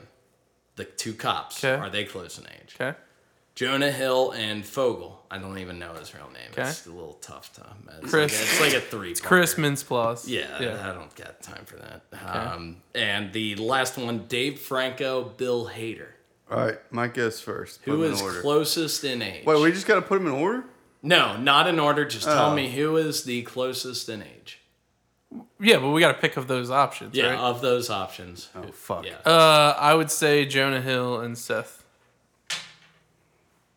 Speaker 3: the two cops.
Speaker 1: Okay.
Speaker 3: Are they close in age?
Speaker 1: Okay.
Speaker 3: Jonah Hill and Fogel. I don't even know his real name.
Speaker 1: Okay.
Speaker 3: It's a little tough to. It's
Speaker 1: Chris.
Speaker 3: Like, it's like a three. It's
Speaker 1: Chris Mintzplas.
Speaker 3: Yeah,
Speaker 1: Yeah.
Speaker 3: I don't got time for that. Um, and the last one, Dave Franco, Bill Hader.
Speaker 2: All right, my guess first. Put
Speaker 3: Who
Speaker 2: 'em
Speaker 3: is
Speaker 2: in order.
Speaker 3: closest in age?
Speaker 2: Wait, we just gotta put them in order.
Speaker 3: No, not in order. Just tell
Speaker 2: Oh.
Speaker 3: me who is the closest in age.
Speaker 1: Yeah, but we got to pick of those options,
Speaker 3: Yeah,
Speaker 1: right?
Speaker 3: of those options.
Speaker 2: Oh, fuck.
Speaker 3: Yeah.
Speaker 1: Uh, I would say Jonah Hill and Seth.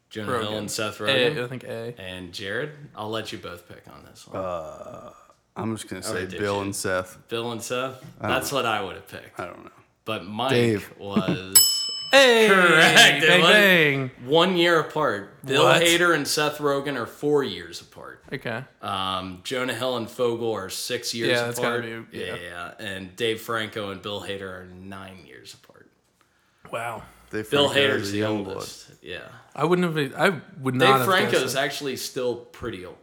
Speaker 3: Jonah Hill
Speaker 1: Rogen. Eh,
Speaker 3: and Seth Rogen.
Speaker 1: A, I think A.
Speaker 3: And Jared, I'll let you both pick on this one.
Speaker 2: Uh, I'm just gonna say
Speaker 3: right, Oh, did
Speaker 2: Bill
Speaker 3: you?
Speaker 2: and Seth.
Speaker 3: Bill and Seth? That's what I would have picked.
Speaker 2: I don't know.
Speaker 3: But Mike
Speaker 2: uh, Dave.
Speaker 3: was
Speaker 1: Hey,
Speaker 3: Correct, it
Speaker 1: Bang
Speaker 3: was-
Speaker 1: bang.
Speaker 3: one year apart. Bill
Speaker 1: What?
Speaker 3: Hader and Seth Rogen are four years apart.
Speaker 1: Okay.
Speaker 3: Um, Jonah Hill and Fogel are six years
Speaker 1: Yeah,
Speaker 3: apart.
Speaker 1: that's gotta be-
Speaker 3: yeah.
Speaker 1: yeah.
Speaker 3: yeah, And Dave Franco and Bill Hader are nine years apart.
Speaker 1: Wow.
Speaker 2: They
Speaker 3: Bill
Speaker 2: figured out
Speaker 3: Hader's
Speaker 2: the
Speaker 3: the
Speaker 2: young
Speaker 3: oldest. Yeah.
Speaker 1: I wouldn't have. I would not.
Speaker 3: Dave
Speaker 1: have
Speaker 3: Franco's
Speaker 1: Franco's.
Speaker 3: actually still pretty old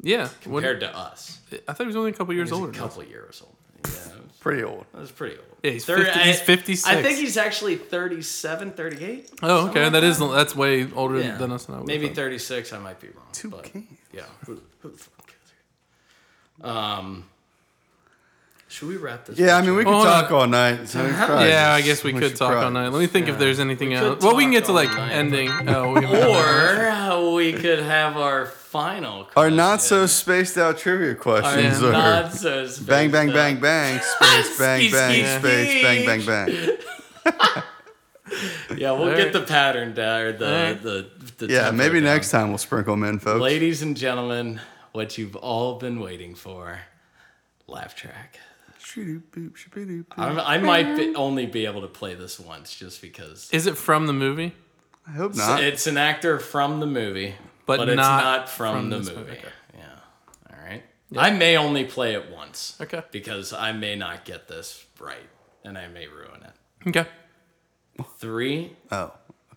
Speaker 1: Yeah. What, I
Speaker 3: compared to us.
Speaker 1: thought he was only a couple years
Speaker 3: He's a
Speaker 1: older. than us.
Speaker 3: couple years old. Yeah.
Speaker 2: blood. Pretty old.
Speaker 3: That's pretty old.
Speaker 1: Yeah, he's 50 he's 56.
Speaker 3: I think he's actually 37, 38.
Speaker 1: Oh, okay. That is that's way older
Speaker 3: Yeah.
Speaker 1: than us. And I would've
Speaker 3: Maybe
Speaker 1: thought.
Speaker 3: 36. I might be wrong.
Speaker 2: Two
Speaker 3: but,
Speaker 2: kids.
Speaker 3: Yeah. Who, who the fuck cares? Um, should we wrap this?
Speaker 2: Yeah, I mean we could
Speaker 1: Hold on.
Speaker 2: talk all night. So we probably
Speaker 1: Yeah, I
Speaker 2: just-
Speaker 1: guess we,
Speaker 2: should
Speaker 1: could talk
Speaker 2: probably-
Speaker 1: all night. Let me think if there's anything
Speaker 3: could
Speaker 1: else. Well, we can
Speaker 3: talk
Speaker 1: get to
Speaker 3: all
Speaker 1: like
Speaker 3: night.
Speaker 1: ending. Oh, we
Speaker 3: or we could have our final
Speaker 2: Our
Speaker 3: question.
Speaker 2: not so spaced out trivia
Speaker 3: Our
Speaker 2: questions are
Speaker 3: not so space
Speaker 2: bang bang
Speaker 3: out.
Speaker 2: bang bang space bang
Speaker 3: Ski,
Speaker 2: bang
Speaker 3: ski,
Speaker 2: space bang
Speaker 3: ski.
Speaker 2: bang bang.
Speaker 3: Yeah, we'll
Speaker 1: All
Speaker 3: get
Speaker 1: right.
Speaker 3: the pattern down or the,
Speaker 1: right.
Speaker 3: the, the
Speaker 2: Yeah,
Speaker 3: tempo
Speaker 2: maybe
Speaker 3: down.
Speaker 2: next time we'll sprinkle them in, folks.
Speaker 3: Ladies and gentlemen, what you've all been waiting for, laugh track.
Speaker 2: Shoo-doo-boop, shoo-doo-boop.
Speaker 3: I'm, I might be, only be able to play this once, just because
Speaker 1: Is it from the movie?
Speaker 2: I hope not.
Speaker 3: it's an actor from the movie, but,
Speaker 1: But
Speaker 3: it's
Speaker 1: not
Speaker 3: not from,
Speaker 1: from
Speaker 3: the
Speaker 1: this
Speaker 3: movie.
Speaker 1: movie, okay.
Speaker 3: Yeah. All right. I may only play it once.
Speaker 1: Okay.
Speaker 3: Because I may not get this right, and I may ruin it.
Speaker 1: Okay.
Speaker 3: Three,
Speaker 2: Oh,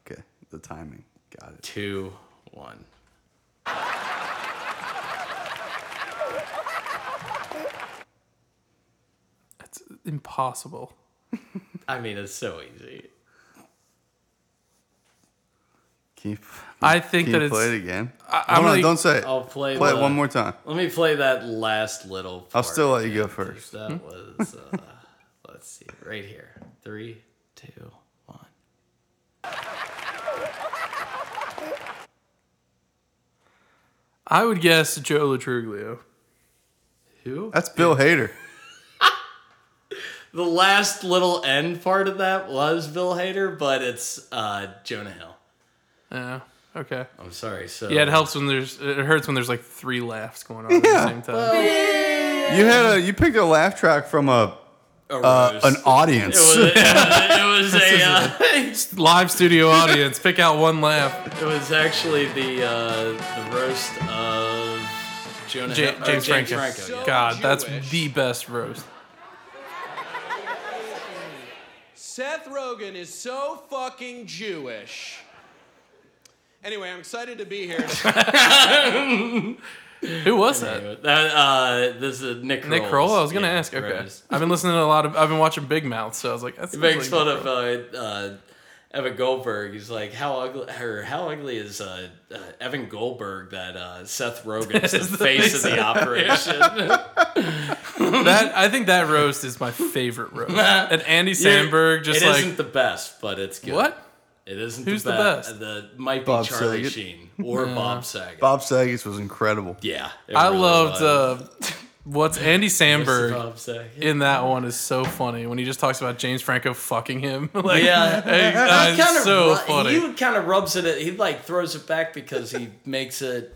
Speaker 2: okay. The timing. Got it.
Speaker 3: two, one.
Speaker 1: That's impossible.
Speaker 3: I mean, it's so easy.
Speaker 2: Keep.
Speaker 1: I think
Speaker 2: Can
Speaker 1: that
Speaker 2: you play
Speaker 1: it's.
Speaker 2: it again?
Speaker 1: I'm
Speaker 2: Hold on,
Speaker 1: gonna-
Speaker 2: don't say it.
Speaker 3: I'll play.
Speaker 2: play
Speaker 3: the-
Speaker 2: it one more time.
Speaker 3: Let me play that last little. Part.
Speaker 2: I'll still let you go first. Hmm?
Speaker 3: That was. Uh, let's see. Right here. Three, two, one.
Speaker 1: I would guess Joe Latruglio.
Speaker 3: Who?
Speaker 2: That's Bill Hader.
Speaker 3: The last little end part of that was Bill Hader, but it's uh, Jonah Hill.
Speaker 1: Yeah. Okay.
Speaker 3: I'm sorry. So
Speaker 1: Yeah, it helps when there's. It hurts when there's like three laughs going on at the
Speaker 2: Yeah.
Speaker 1: same time.
Speaker 2: You had a you picked a laugh track from a
Speaker 3: A
Speaker 2: uh,
Speaker 3: roast.
Speaker 2: an audience.
Speaker 3: Oh, It was, it was, a. Uh,
Speaker 1: Live studio audience, pick out one laugh.
Speaker 3: it was actually the uh, the roast of Jonah
Speaker 1: Ja-
Speaker 3: Hill, or
Speaker 1: James, Franco.
Speaker 3: yeah.
Speaker 1: God, that's the best roast.
Speaker 4: Seth Rogen is so fucking Jewish. Anyway, I'm excited to be here.
Speaker 1: Who was that?
Speaker 3: That, uh, this is Nick.
Speaker 1: Nick
Speaker 3: Kroll.
Speaker 1: Kroll. I was gonna
Speaker 3: Yeah,
Speaker 1: ask. Okay,
Speaker 3: roast.
Speaker 1: I've been listening to a lot of. I've been watching Big Mouth, so I was like, that's
Speaker 3: He makes
Speaker 1: like
Speaker 3: fun of uh, uh, Evan Goldberg. He's like, "How ugly? Her, how ugly is uh, uh, Evan Goldberg that uh, Seth Rogen is the, face of the operation?"
Speaker 1: that. I think that roast is my favorite roast. and Andy Sandberg just
Speaker 3: It
Speaker 1: like
Speaker 3: not the best, but it's good.
Speaker 1: what?
Speaker 3: It isn't
Speaker 1: Who's
Speaker 3: the
Speaker 1: the
Speaker 3: best.
Speaker 1: best?
Speaker 3: The might be
Speaker 2: Bob
Speaker 3: Charlie
Speaker 2: Saget.
Speaker 3: Sheen or Bob Saget.
Speaker 2: Bob Saget was incredible.
Speaker 3: Yeah, it
Speaker 1: I
Speaker 3: really
Speaker 1: loved
Speaker 3: was.
Speaker 1: uh, What's Andy Samberg
Speaker 3: Bob Saget.
Speaker 1: in that one is so funny when he just talks about James Franco fucking him. like,
Speaker 3: Yeah,
Speaker 1: hey, uh,
Speaker 3: he
Speaker 1: it's
Speaker 3: kind of
Speaker 1: so funny.
Speaker 3: he kind of rubs it. He like throws it back because he makes it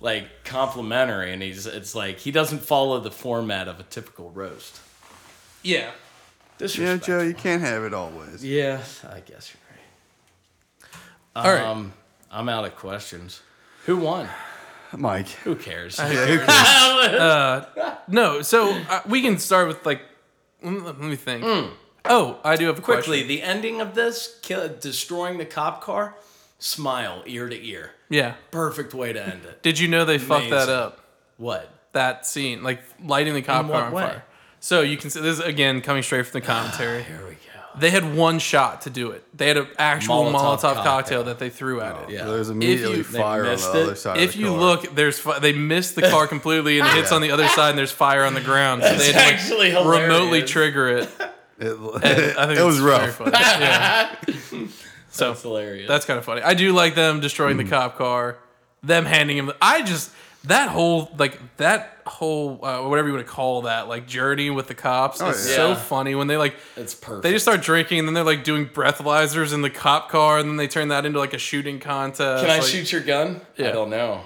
Speaker 3: like complimentary, and he's it's like he doesn't follow the format of a typical roast.
Speaker 1: yeah.
Speaker 2: Yeah,
Speaker 3: Disrespect.
Speaker 2: Joe, you can't have it always.
Speaker 3: Yeah, I guess you're right.
Speaker 1: All right.
Speaker 3: Um, I'm out of questions. Who won?
Speaker 2: Mike.
Speaker 3: Who cares?
Speaker 2: Yeah, who cares?
Speaker 1: No, so uh, we can start with like. mm, Let me think. Oh, I do have a
Speaker 3: Quickly,
Speaker 1: question.
Speaker 3: the ending of this kill, destroying the cop car. Smile ear to ear.
Speaker 1: Yeah.
Speaker 3: Perfect way to end it.
Speaker 1: Did you know they fucked that
Speaker 3: Amazing.
Speaker 1: up?
Speaker 3: What?
Speaker 1: That scene, like lighting the cop
Speaker 3: In
Speaker 1: car
Speaker 3: what
Speaker 1: on
Speaker 3: way?
Speaker 1: fire. So you can see this is, again coming straight from the commentary.
Speaker 3: Here we go.
Speaker 1: they had one shot to do it. They had an actual Molotov,
Speaker 3: Molotov
Speaker 1: cocktail.
Speaker 3: cocktail.
Speaker 1: that they threw at it.
Speaker 3: Yeah.
Speaker 2: There's immediately
Speaker 1: you- they
Speaker 2: fire on the
Speaker 3: missed
Speaker 2: other
Speaker 3: it.
Speaker 2: side.
Speaker 1: If
Speaker 2: of Oh, the
Speaker 1: you
Speaker 2: car.
Speaker 1: look, there's fi- they missed the car completely and it hits
Speaker 2: Yeah.
Speaker 1: on the other side and there's fire on the ground. So they had to
Speaker 3: actually
Speaker 1: like, remotely
Speaker 3: hilarious.
Speaker 1: trigger it.
Speaker 2: it,
Speaker 1: I think
Speaker 2: it was
Speaker 1: it's very
Speaker 2: rough.
Speaker 1: funny. Yeah. so
Speaker 3: That's hilarious.
Speaker 1: That's kind of funny. I do like them destroying
Speaker 2: Hmm.
Speaker 1: the cop car, them handing him. The, I just that whole like that whole uh, whatever you want to call that like journey with the cops
Speaker 2: Oh,
Speaker 1: is
Speaker 2: yeah.
Speaker 1: so
Speaker 3: Yeah.
Speaker 1: funny when they like
Speaker 3: it's perfect.
Speaker 1: they just start drinking and then they're like doing breathalyzers in the cop car and then they turn that into like a shooting contest.
Speaker 3: Can I
Speaker 1: like-
Speaker 3: shoot your gun?
Speaker 1: Yeah.
Speaker 3: I don't know.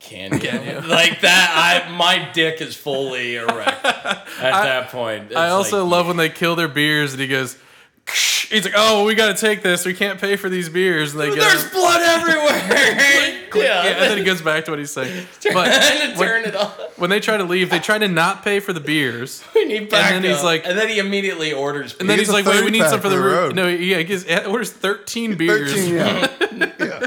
Speaker 3: Can you?
Speaker 1: you?
Speaker 3: like that, I my dick is fully erect at that point. It's
Speaker 1: I also
Speaker 3: like,
Speaker 1: love when they kill their beers and he goes. "Ksh." He's like, oh, we gotta take this. We can't pay for these beers. And they go,
Speaker 3: There's blood everywhere. yeah,
Speaker 1: yeah. And then it goes back to what he's saying.
Speaker 3: and
Speaker 1: But when-
Speaker 3: turn it off.
Speaker 1: when they try to leave, they try to not pay for the beers.
Speaker 3: We need backup.
Speaker 1: then he's like-
Speaker 3: and then he immediately orders.
Speaker 1: And then he's
Speaker 2: gets a
Speaker 1: like, wait, we
Speaker 2: 30
Speaker 1: need some
Speaker 2: pack
Speaker 1: for
Speaker 2: for
Speaker 1: the
Speaker 2: the
Speaker 1: road.
Speaker 2: road.
Speaker 1: No, yeah, he gets, he orders 13 beers.
Speaker 2: 13, yeah.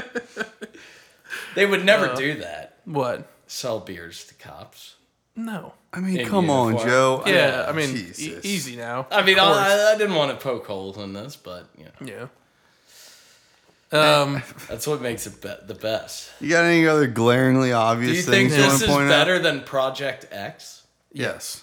Speaker 3: they would never do that.
Speaker 1: What?
Speaker 3: Uh, Sell beers to cops.
Speaker 1: No.
Speaker 2: I mean,
Speaker 3: In
Speaker 2: come on,
Speaker 3: uniform.
Speaker 2: Joe.
Speaker 1: Yeah, I mean, e-
Speaker 2: Jesus.
Speaker 1: easy now.
Speaker 3: I mean,
Speaker 1: Of course.
Speaker 3: I, I didn't want to poke holes in this, but you know,
Speaker 1: yeah. Um,
Speaker 3: that's what makes it be- the best.
Speaker 2: You got any other glaringly
Speaker 3: Do you
Speaker 2: obvious
Speaker 3: think
Speaker 2: things you
Speaker 3: this
Speaker 2: want
Speaker 3: is
Speaker 2: to point
Speaker 3: better
Speaker 2: out?
Speaker 3: than Project X?
Speaker 2: Yes.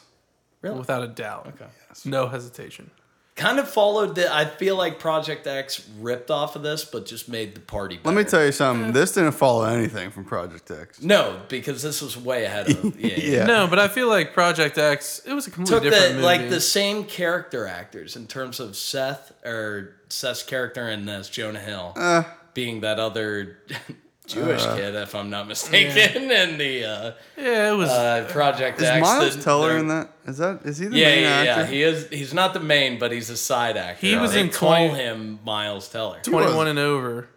Speaker 1: without a doubt.
Speaker 3: Okay.
Speaker 1: No hesitation.
Speaker 3: kind of followed the I feel like Project X ripped off of this, but just made the party. Better.
Speaker 2: Let me tell you something. This didn't follow anything from Project X.
Speaker 3: No, because this was way ahead of yeah. yeah.
Speaker 2: Yeah.
Speaker 1: No, but I feel like Project X, it was a
Speaker 3: Took
Speaker 1: completely
Speaker 3: the
Speaker 1: different movie.
Speaker 3: like the same character actors in terms of Seth or Seth's character in this Jonah Hill
Speaker 2: Uh.
Speaker 3: being that other Jewish kid, if I'm not mistaken, and the uh,
Speaker 1: yeah, it was.
Speaker 3: uh, Project
Speaker 2: Is
Speaker 3: X.
Speaker 2: Miles
Speaker 3: the-
Speaker 2: Teller
Speaker 3: the-
Speaker 2: in that? Is that is he the
Speaker 3: Yeah,
Speaker 2: main
Speaker 3: yeah, yeah.
Speaker 2: actor?
Speaker 3: He is. He's not the main, but he's a side actor.
Speaker 1: He was
Speaker 3: They
Speaker 1: in
Speaker 3: call
Speaker 1: 20
Speaker 3: him Miles Teller.
Speaker 1: 21
Speaker 2: was-
Speaker 1: and over.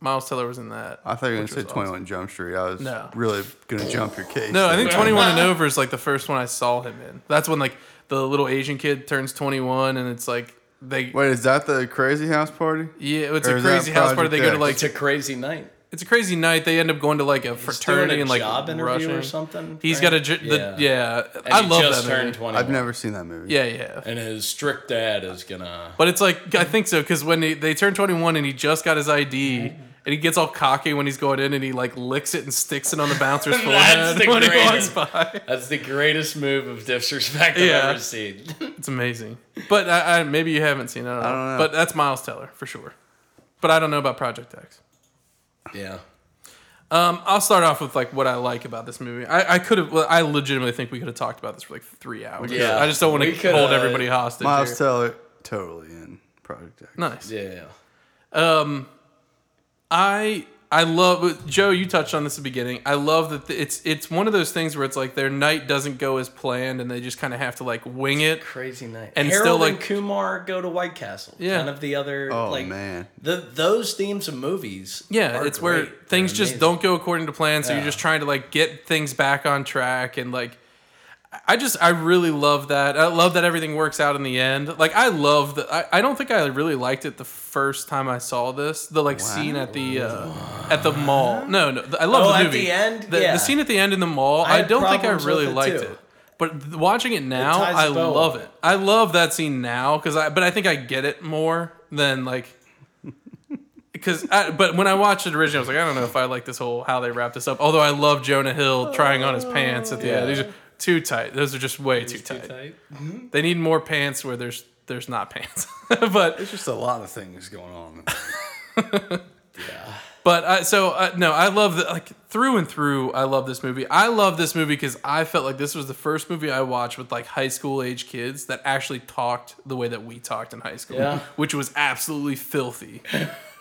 Speaker 1: Miles Teller was in that.
Speaker 2: I thought you were gonna
Speaker 1: which
Speaker 2: say
Speaker 1: was
Speaker 2: Twenty One Jump Street. I was
Speaker 1: No.
Speaker 2: really gonna jump your case.
Speaker 1: No, I think
Speaker 2: there.
Speaker 1: 21 and over is like the first one I saw him in. That's when like the little Asian kid turns 21 and it's like they
Speaker 2: Wait, is that the Crazy House Party?
Speaker 1: yeah, it's
Speaker 2: Or
Speaker 1: a
Speaker 2: is that
Speaker 1: crazy house party. They go to
Speaker 2: Project
Speaker 1: like
Speaker 3: It's a crazy night.
Speaker 1: it's a crazy night. They end up going to like a
Speaker 3: He's doing
Speaker 1: fraternity
Speaker 3: a
Speaker 1: and like
Speaker 3: job interview
Speaker 1: rushing.
Speaker 3: or something.
Speaker 1: He's
Speaker 3: right?
Speaker 1: got a j- the- yeah.
Speaker 3: And
Speaker 1: I
Speaker 3: he
Speaker 1: love
Speaker 3: just
Speaker 1: that
Speaker 3: turned
Speaker 1: movie.
Speaker 3: 21.
Speaker 2: I've never seen that movie.
Speaker 1: Yeah, yeah.
Speaker 3: And his strict dad is gonna.
Speaker 1: But it's like I think so because when he, they turn 21 and he just got his ID
Speaker 3: Mm-hmm.
Speaker 1: and he gets all cocky when he's going in and he like licks it and sticks it on the bouncer's forehead
Speaker 3: the
Speaker 1: when he walks
Speaker 3: greatest.
Speaker 1: by.
Speaker 3: That's the greatest move of disrespect
Speaker 1: Yeah.
Speaker 3: I've ever seen.
Speaker 1: It's amazing. But I, I, maybe you haven't seen it. I don't,
Speaker 2: don't know.
Speaker 1: But that's Miles Teller for sure. But I don't know about Project X.
Speaker 3: yeah.
Speaker 1: Um, I'll start off with like what I like about this movie. I, I could have. Well, I legitimately think we could have talked about this for like three hours.
Speaker 3: Yeah.
Speaker 1: I just don't want
Speaker 3: We
Speaker 1: to
Speaker 3: could've-
Speaker 1: hold everybody hostage.
Speaker 2: Miles
Speaker 1: here.
Speaker 2: Teller totally in Project X.
Speaker 1: Nice.
Speaker 3: Yeah.
Speaker 1: I I love uh, Joe. You touched on this at the beginning. I love that th- it's it's one of those things where it's like their night doesn't go as planned, and they just kind of have to like wing it.
Speaker 3: Crazy night.
Speaker 1: And
Speaker 3: And
Speaker 1: still,
Speaker 3: Harold
Speaker 1: like-
Speaker 3: and Kumar go to White Castle.
Speaker 1: Yeah.
Speaker 3: None of the other.
Speaker 2: Oh,
Speaker 3: like,
Speaker 2: man.
Speaker 3: The, those themes of movies.
Speaker 1: Yeah,
Speaker 3: are
Speaker 1: it's where
Speaker 3: great. They're
Speaker 1: things just
Speaker 3: amazing.
Speaker 1: don't go according to plan. So you're
Speaker 3: Yeah.
Speaker 1: just trying to like get things back on track and like. I just I really love that. I love that everything works out in the end. Like I love the I, I don't think I really liked it the first time I saw this. The like scene at the uh, at the mall. No, no. I love
Speaker 3: Oh,
Speaker 1: the
Speaker 3: at
Speaker 1: movie.
Speaker 3: the end?
Speaker 1: The,
Speaker 3: Yeah.
Speaker 1: the scene at the end in the mall.
Speaker 3: I
Speaker 1: I,
Speaker 3: had
Speaker 1: don't think I
Speaker 3: problems with
Speaker 1: really
Speaker 3: it,
Speaker 1: liked
Speaker 3: too.
Speaker 1: it. But th- watching it now,
Speaker 3: ties
Speaker 1: I
Speaker 3: the bow
Speaker 1: love
Speaker 3: on
Speaker 1: it. I love that scene now cuz I but I think I get it more than like because I, but when I watched it originally, I was like, I don't know if I like this whole how they wrap this up. Although I love Jonah Hill trying on his pants at the end. These are too tight. Those are just way too, tight. They need more pants where there's there's not pants. but
Speaker 2: There's just a lot of things going on.
Speaker 3: Yeah.
Speaker 1: But I, so uh, no, I love the, like through and through. I love this movie. I love this movie because I felt like this was the first movie I watched with like high school age kids that actually talked the way that we talked in high school,
Speaker 3: Yeah.
Speaker 1: which was absolutely filthy.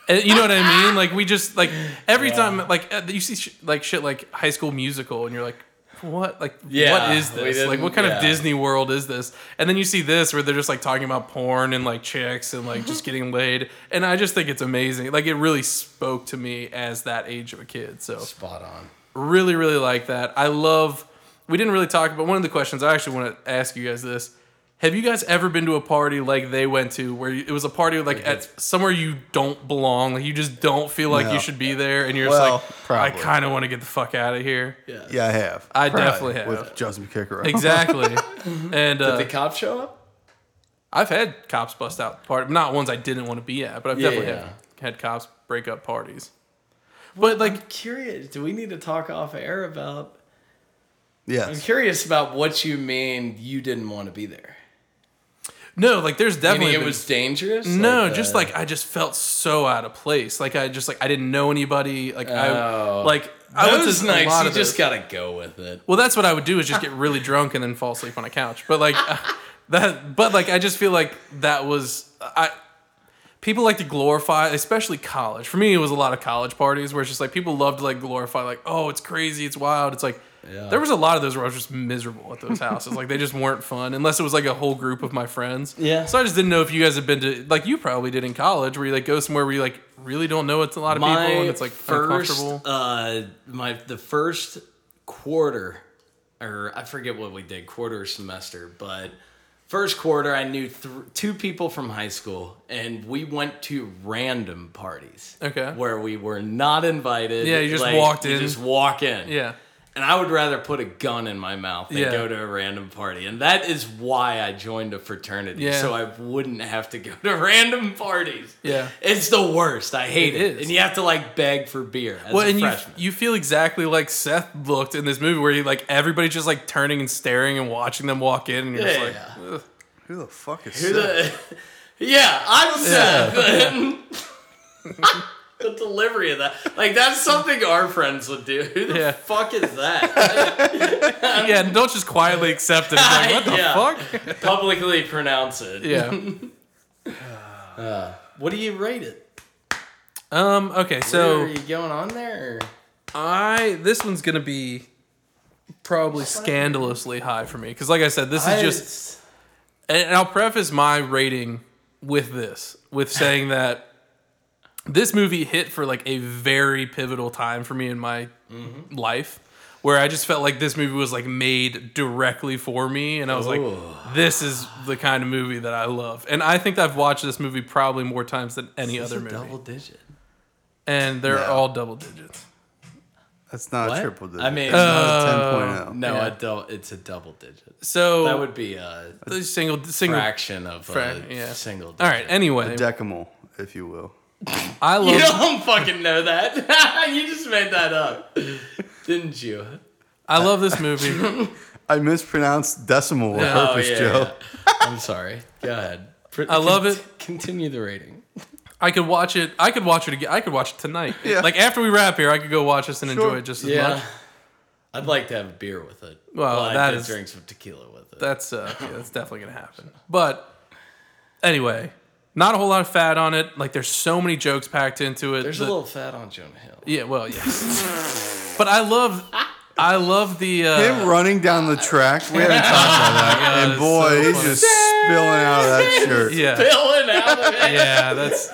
Speaker 1: And you know what I mean? Like we just like every time like uh, you see sh- like shit like High School Musical, and you're like. What like
Speaker 3: Yeah,
Speaker 1: what is
Speaker 3: we
Speaker 1: this? Like
Speaker 3: didn't-
Speaker 1: what kind
Speaker 3: yeah.
Speaker 1: of Disney world is this? And then you see this where they're just like talking about porn and like chicks and like just getting laid. And I just think it's amazing. Like it really spoke to me as that age of a kid. So
Speaker 3: Spot on.
Speaker 1: really, really like that. I love we didn't really talk about one of the questions I actually want to ask you guys this. Have you guys ever been to a party like they went to where you- it was a party like at somewhere you don't belong, like you just don't feel like
Speaker 2: No.
Speaker 1: you should be there and you're
Speaker 2: Well,
Speaker 1: just like
Speaker 2: probably.
Speaker 1: I kind of want to get the fuck out of here.
Speaker 3: Yeah.
Speaker 2: Yeah, I have.
Speaker 1: I definitely have.
Speaker 2: With Justin Kickerer.
Speaker 1: Exactly. and uh,
Speaker 3: Did the cops show up?
Speaker 1: I've had cops bust out part not ones I didn't want to be at, but I've
Speaker 3: Yeah,
Speaker 1: definitely
Speaker 3: yeah.
Speaker 1: Had, had cops break up parties. But like
Speaker 3: I'm curious. Do we need to talk off air about? I'm
Speaker 2: Yes.
Speaker 3: curious about what you mean. You didn't want to be there.
Speaker 1: no, like there's definitely
Speaker 3: Meaning it
Speaker 1: been-
Speaker 3: was dangerous.
Speaker 1: no,
Speaker 3: the-
Speaker 1: just like I just felt so out of place. Like I just like I didn't know anybody. Like
Speaker 3: Oh.
Speaker 1: I like I went to
Speaker 3: those
Speaker 1: a
Speaker 3: nights.
Speaker 1: lot
Speaker 3: You
Speaker 1: of
Speaker 3: just
Speaker 1: those.
Speaker 3: gotta go with it.
Speaker 1: Well, that's what I would do is just get really drunk and then fall asleep on a couch. But like uh, that, but like I just feel like that was I. People like to glorify, especially college. For me, it was a lot of college parties where it's just like people love to like glorify, like, oh, it's crazy, it's wild. It's like
Speaker 3: Yeah.
Speaker 1: there was a lot of those where I was just miserable at those houses. like they just weren't fun unless it was like a whole group of my friends.
Speaker 3: Yeah.
Speaker 1: So I just didn't know if you guys had been to like you probably did in college where you like go somewhere where you like really don't know it's a lot of
Speaker 3: my
Speaker 1: people and it's like
Speaker 3: first,
Speaker 1: uncomfortable.
Speaker 3: uh, my the first quarter, or I forget what we did, quarter or semester, but first quarter, I knew th- two people from high school, and we went to random parties.
Speaker 1: Okay.
Speaker 3: where we were not invited.
Speaker 1: Yeah, you just walked
Speaker 3: You
Speaker 1: in.
Speaker 3: just walk in.
Speaker 1: Yeah.
Speaker 3: And I would rather put a gun in my mouth than
Speaker 1: Yeah.
Speaker 3: go to a random party. And that is why I joined a fraternity.
Speaker 1: Yeah.
Speaker 3: So I wouldn't have to go to random parties.
Speaker 1: Yeah.
Speaker 3: It's the worst. I hate it.
Speaker 1: It is.
Speaker 3: And you have to like beg for beer as
Speaker 1: well,
Speaker 3: a
Speaker 1: and you,
Speaker 3: freshman.
Speaker 1: you feel exactly like Seth looked in this movie, where he like everybody's just like turning and staring and watching them walk in, and you're
Speaker 3: Yeah.
Speaker 1: just like, "Ugh."
Speaker 2: Who the fuck is
Speaker 3: Who
Speaker 2: Seth?
Speaker 3: the- yeah, I'm sad. the delivery of that. Like that's something our friends would do. Who the
Speaker 1: Yeah.
Speaker 3: fuck is that?
Speaker 1: yeah, and don't just quietly accept it. It's like, what the
Speaker 3: Yeah.
Speaker 1: fuck?
Speaker 3: Publicly pronounce it.
Speaker 1: yeah.
Speaker 3: What do you rate it?
Speaker 1: Um. Okay.
Speaker 3: are
Speaker 1: So
Speaker 3: you going on there? or-
Speaker 1: I this one's gonna be probably scandalously high for me because, like I said, this is just And I'll preface my rating with this, with saying that this movie hit for like a very pivotal time for me in my
Speaker 3: Mm-hmm.
Speaker 1: life, where I just felt like this movie was like made directly for me, and I was
Speaker 3: Ooh.
Speaker 1: like, this is the kind of movie that I love, and I think I've watched this movie probably more times than any
Speaker 3: It's
Speaker 1: other
Speaker 3: a
Speaker 1: movie,
Speaker 3: double digit.
Speaker 1: and they're
Speaker 2: No.
Speaker 1: all double digits.
Speaker 2: That's not
Speaker 3: What?
Speaker 2: a oh. triple digit.
Speaker 3: I mean-
Speaker 1: Uh,
Speaker 2: That's not a 10.0.
Speaker 3: No,
Speaker 1: Yeah.
Speaker 3: a dou- it's a double digit.
Speaker 1: So
Speaker 3: That would be a
Speaker 1: the single single.
Speaker 3: fraction of
Speaker 1: frac-
Speaker 3: a
Speaker 1: yeah.
Speaker 3: single digit.
Speaker 1: All right. Anyway,
Speaker 2: Decimal, if you will.
Speaker 1: I
Speaker 3: You
Speaker 1: love
Speaker 3: don't fucking know that. you just made that up. Didn't you?
Speaker 1: I love this movie.
Speaker 2: I mispronounced decimal on
Speaker 1: Yeah.
Speaker 2: purpose, Joe.
Speaker 3: yeah. I'm sorry. Go ahead. Pr-
Speaker 1: I love it.
Speaker 3: Continue the rating.
Speaker 1: I could watch it. I could watch it again. I could watch it tonight.
Speaker 2: Yeah.
Speaker 1: Like after we wrap here, I could go watch this and enjoy
Speaker 2: Sure.
Speaker 1: it just as
Speaker 3: Yeah.
Speaker 1: much.
Speaker 3: I'd like to have a beer with it.
Speaker 1: Well,
Speaker 3: I'd
Speaker 1: that
Speaker 3: like
Speaker 1: is-
Speaker 3: to drink some tequila with it.
Speaker 1: That's uh, yeah, that's definitely gonna happen. But anyway, not a whole lot of fat on it. Like there's so many jokes packed into it.
Speaker 3: There's
Speaker 1: The-
Speaker 3: a little fat on Jonah Hill.
Speaker 1: Yeah. Well, yes. but I love, I love the. Uh,
Speaker 2: Him running down the track. We haven't talked about that.
Speaker 1: God,
Speaker 2: And boy,
Speaker 1: it's so
Speaker 2: he's
Speaker 1: funny.
Speaker 2: just spilling out of that shirt.
Speaker 1: yeah.
Speaker 3: Spilling out of it.
Speaker 1: Yeah. That's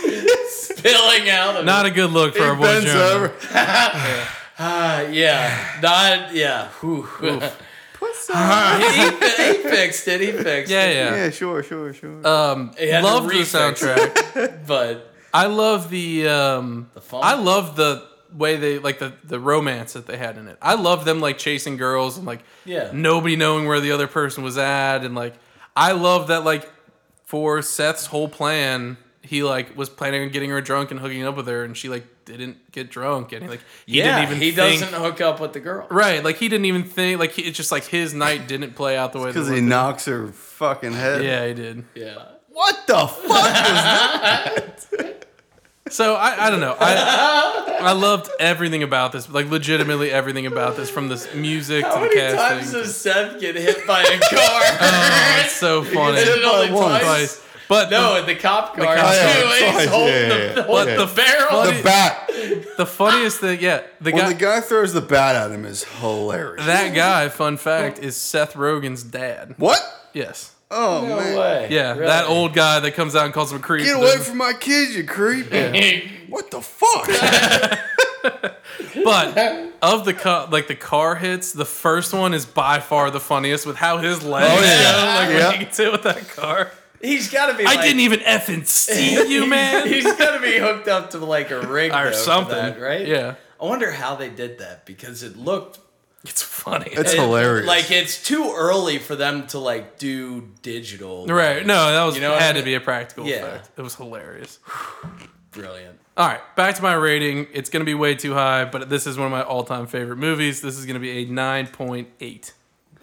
Speaker 3: Spilling out of
Speaker 1: not a good look for our boy
Speaker 2: Bends
Speaker 1: Jonah.
Speaker 2: over.
Speaker 3: Uh, yeah, not yeah. Whew. he, he fixed it. He fixed
Speaker 1: Yeah.
Speaker 3: it.
Speaker 1: Yeah.
Speaker 2: Yeah, sure, sure, sure.
Speaker 1: Um,
Speaker 3: He had to
Speaker 1: love the
Speaker 3: refix
Speaker 1: soundtrack.
Speaker 3: it, But
Speaker 1: I love the um the
Speaker 3: funk.
Speaker 1: I love the way they like the the romance that they had in it. I love them like chasing girls and like
Speaker 3: Yeah.
Speaker 1: nobody knowing where the other person was at and like I love that like for Seth's whole plan he like was planning on getting her drunk and hooking up with her and she like didn't get drunk and he like he
Speaker 3: yeah,
Speaker 1: didn't even
Speaker 3: he
Speaker 1: think,
Speaker 3: doesn't hook up with the girl.
Speaker 1: right like he didn't even think like he, it's just like his night didn't play out the way
Speaker 2: Because
Speaker 1: that
Speaker 2: he
Speaker 1: it-
Speaker 2: knocks her fucking head.
Speaker 1: yeah he did
Speaker 3: Yeah,
Speaker 2: What the fuck?
Speaker 1: So I, I don't know. I I loved everything about this, like legitimately everything about this, from the music
Speaker 3: How
Speaker 1: to the
Speaker 3: many
Speaker 1: casting.
Speaker 3: times does Seth get hit by a car?
Speaker 1: Oh, it's so funny.
Speaker 3: Is it only
Speaker 2: by one.
Speaker 3: twice?
Speaker 1: Twice. But
Speaker 3: No, and the cop car.
Speaker 1: cop
Speaker 3: too.
Speaker 2: car.
Speaker 3: He's
Speaker 2: Twice,
Speaker 3: holding
Speaker 2: yeah,
Speaker 3: the,
Speaker 2: yeah, yeah.
Speaker 3: holding
Speaker 2: Okay.
Speaker 3: the barrel.
Speaker 1: The
Speaker 2: The bat.
Speaker 1: the, funniest thing, yeah, the
Speaker 2: When
Speaker 1: guy,
Speaker 2: the guy throws the bat at him is hilarious.
Speaker 1: that guy, fun fact, is Seth Rogen's dad.
Speaker 2: what?
Speaker 1: Yes.
Speaker 2: Oh man.
Speaker 1: Yeah, that old guy that comes out and calls him a creep.
Speaker 2: Get away from my kids, you creep. What the fuck?
Speaker 1: But of the car, like the car hits, the first one is by far the funniest with how his legs.
Speaker 2: Oh, yeah.
Speaker 1: go, like
Speaker 2: Yeah.
Speaker 1: when he gets hit with that car.
Speaker 3: He's got to be.
Speaker 1: I didn't even effing see you, man.
Speaker 3: He's got to be hooked up to like a rig
Speaker 1: or
Speaker 3: though, for
Speaker 1: something,
Speaker 3: that, right?
Speaker 1: Yeah,
Speaker 3: I wonder how they did that because it looked
Speaker 1: it's funny.
Speaker 2: It's
Speaker 3: it-
Speaker 2: hilarious.
Speaker 3: Like it's too early for them to like do digital.
Speaker 1: right? No, that was
Speaker 3: You know what
Speaker 1: had
Speaker 3: I mean?
Speaker 1: to be a practical
Speaker 3: Yeah.
Speaker 1: effect. It was hilarious.
Speaker 3: Brilliant.
Speaker 1: All right, back to my rating. It's gonna be way too high, but this is one of my all-time favorite movies. This is gonna be a nine point eight.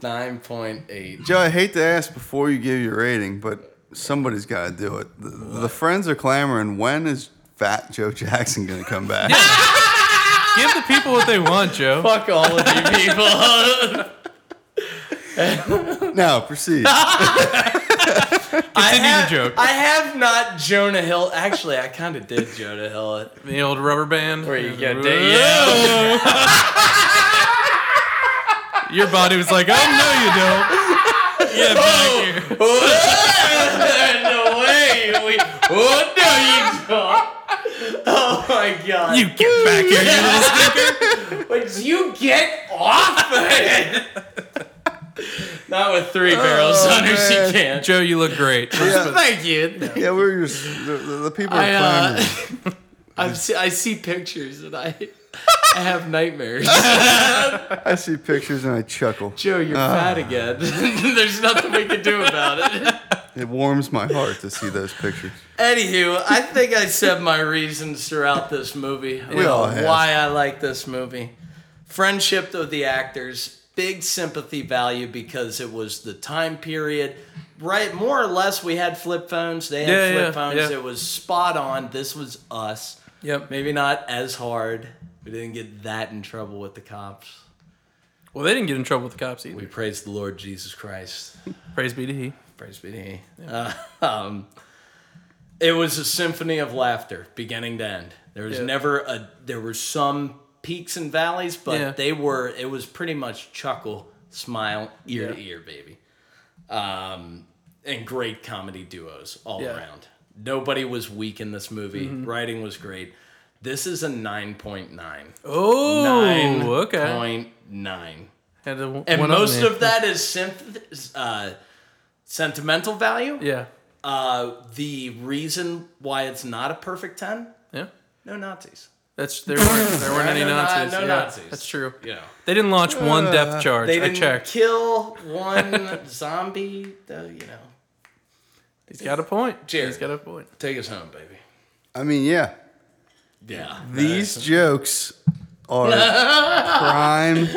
Speaker 3: Nine point eight.
Speaker 2: Joe, I hate to ask before you give your rating, but somebody's got to do it. The, the friends are clamoring. When is Fat Joe Jackson going to come back?
Speaker 1: Give the people what they want, Joe.
Speaker 3: Fuck all of you people.
Speaker 2: Now proceed.
Speaker 3: I
Speaker 1: Continue
Speaker 3: have,
Speaker 1: the joke.
Speaker 3: I have not Jonah Hill. Actually, I kind of did Jonah Hill it.
Speaker 1: The old rubber band.
Speaker 3: Where you get yeah.
Speaker 1: Your body was like, oh no, you don't. Yeah,
Speaker 3: Oh.
Speaker 1: back here.
Speaker 3: no way. We, oh no, you don't. Oh my god.
Speaker 1: You get back here, you little
Speaker 3: Would you get off it? Not with three barrels on her,
Speaker 2: man.
Speaker 3: she can't.
Speaker 1: Joe, you look great.
Speaker 2: yeah,
Speaker 3: Thank you.
Speaker 2: yeah, we're just the, the, the people are
Speaker 3: I, uh,
Speaker 2: clamoring.
Speaker 3: I've se- I see pictures and I, I have nightmares.
Speaker 2: I see pictures and I chuckle.
Speaker 3: Joe, you're fat again. There's nothing we can do about it.
Speaker 2: It warms my heart to see those pictures.
Speaker 3: Anywho, I think I said my reasons throughout this movie. We
Speaker 2: all have.
Speaker 3: Why I like this movie. Friendship of the actors, big sympathy value because it was the time period. Right, more or less, we had flip phones. They had
Speaker 1: Yeah,
Speaker 3: flip
Speaker 1: yeah,
Speaker 3: phones.
Speaker 1: yeah.
Speaker 3: It was spot on. This was us.
Speaker 1: Yep.
Speaker 3: Maybe not as hard. We didn't get that in trouble with the cops.
Speaker 1: Well, they didn't get in trouble with the cops either.
Speaker 3: We praise the Lord Jesus Christ.
Speaker 1: Praise be to He.
Speaker 3: Praise be to He. Uh, um, it was a symphony of laughter, beginning to end. There was
Speaker 1: Yeah.
Speaker 3: never a. There were some peaks and valleys, but
Speaker 1: Yeah.
Speaker 3: they were. It was pretty much chuckle, smile, ear to
Speaker 1: Yeah.
Speaker 3: ear, baby. Um, and great comedy duos all
Speaker 1: Yeah. Mm-hmm.
Speaker 3: around. Nobody was weak in this movie. Writing was great. This is a nine point nine.
Speaker 1: Oh,
Speaker 3: Nine
Speaker 1: okay.
Speaker 3: point nine.
Speaker 1: Had to w-
Speaker 3: And
Speaker 1: one up
Speaker 3: most
Speaker 1: me.
Speaker 3: of that is synth- uh, sentimental value.
Speaker 1: yeah,
Speaker 3: Uh, the reason why it's not a perfect 10
Speaker 1: yeah.
Speaker 3: no Nazis.
Speaker 1: That's there weren't there weren't any
Speaker 3: No, no,
Speaker 1: Nazis.
Speaker 3: no
Speaker 1: yeah,
Speaker 3: Nazis.
Speaker 1: That's true.
Speaker 3: You know,
Speaker 1: They didn't launch one
Speaker 2: Uh,
Speaker 1: depth charge.
Speaker 3: they
Speaker 1: I
Speaker 3: didn't
Speaker 1: checked.
Speaker 3: kill one zombie, though, you know.
Speaker 1: He's got a point.
Speaker 3: Jared.
Speaker 1: He's got a point.
Speaker 3: Take us home, baby.
Speaker 2: I mean, yeah,
Speaker 3: Yeah.
Speaker 2: these jokes are prime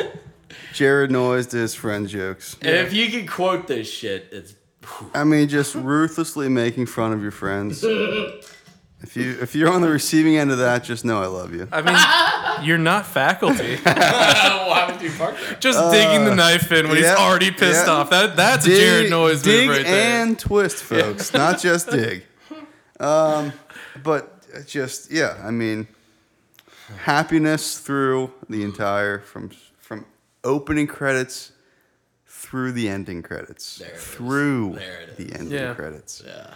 Speaker 2: Jared Noyes to his friend jokes.
Speaker 3: And if you can quote this shit, it's.
Speaker 2: I mean, just ruthlessly making fun of your friends. If you if you're on the receiving end of that, just know I love you.
Speaker 1: I mean, you're not faculty.
Speaker 3: Why would you park there?
Speaker 1: Just digging the knife in when
Speaker 2: Uh, yeah,
Speaker 1: he's already pissed
Speaker 2: yeah.
Speaker 1: off. That that's a Jared Noyes
Speaker 2: dig
Speaker 1: move right there.
Speaker 2: and twist, folks, not just dig. Um, but just yeah, I mean, happiness through the entire from from opening credits through the ending credits
Speaker 3: it is.
Speaker 2: through
Speaker 3: There it
Speaker 2: the ending
Speaker 1: Yeah.
Speaker 2: credits.
Speaker 3: Yeah.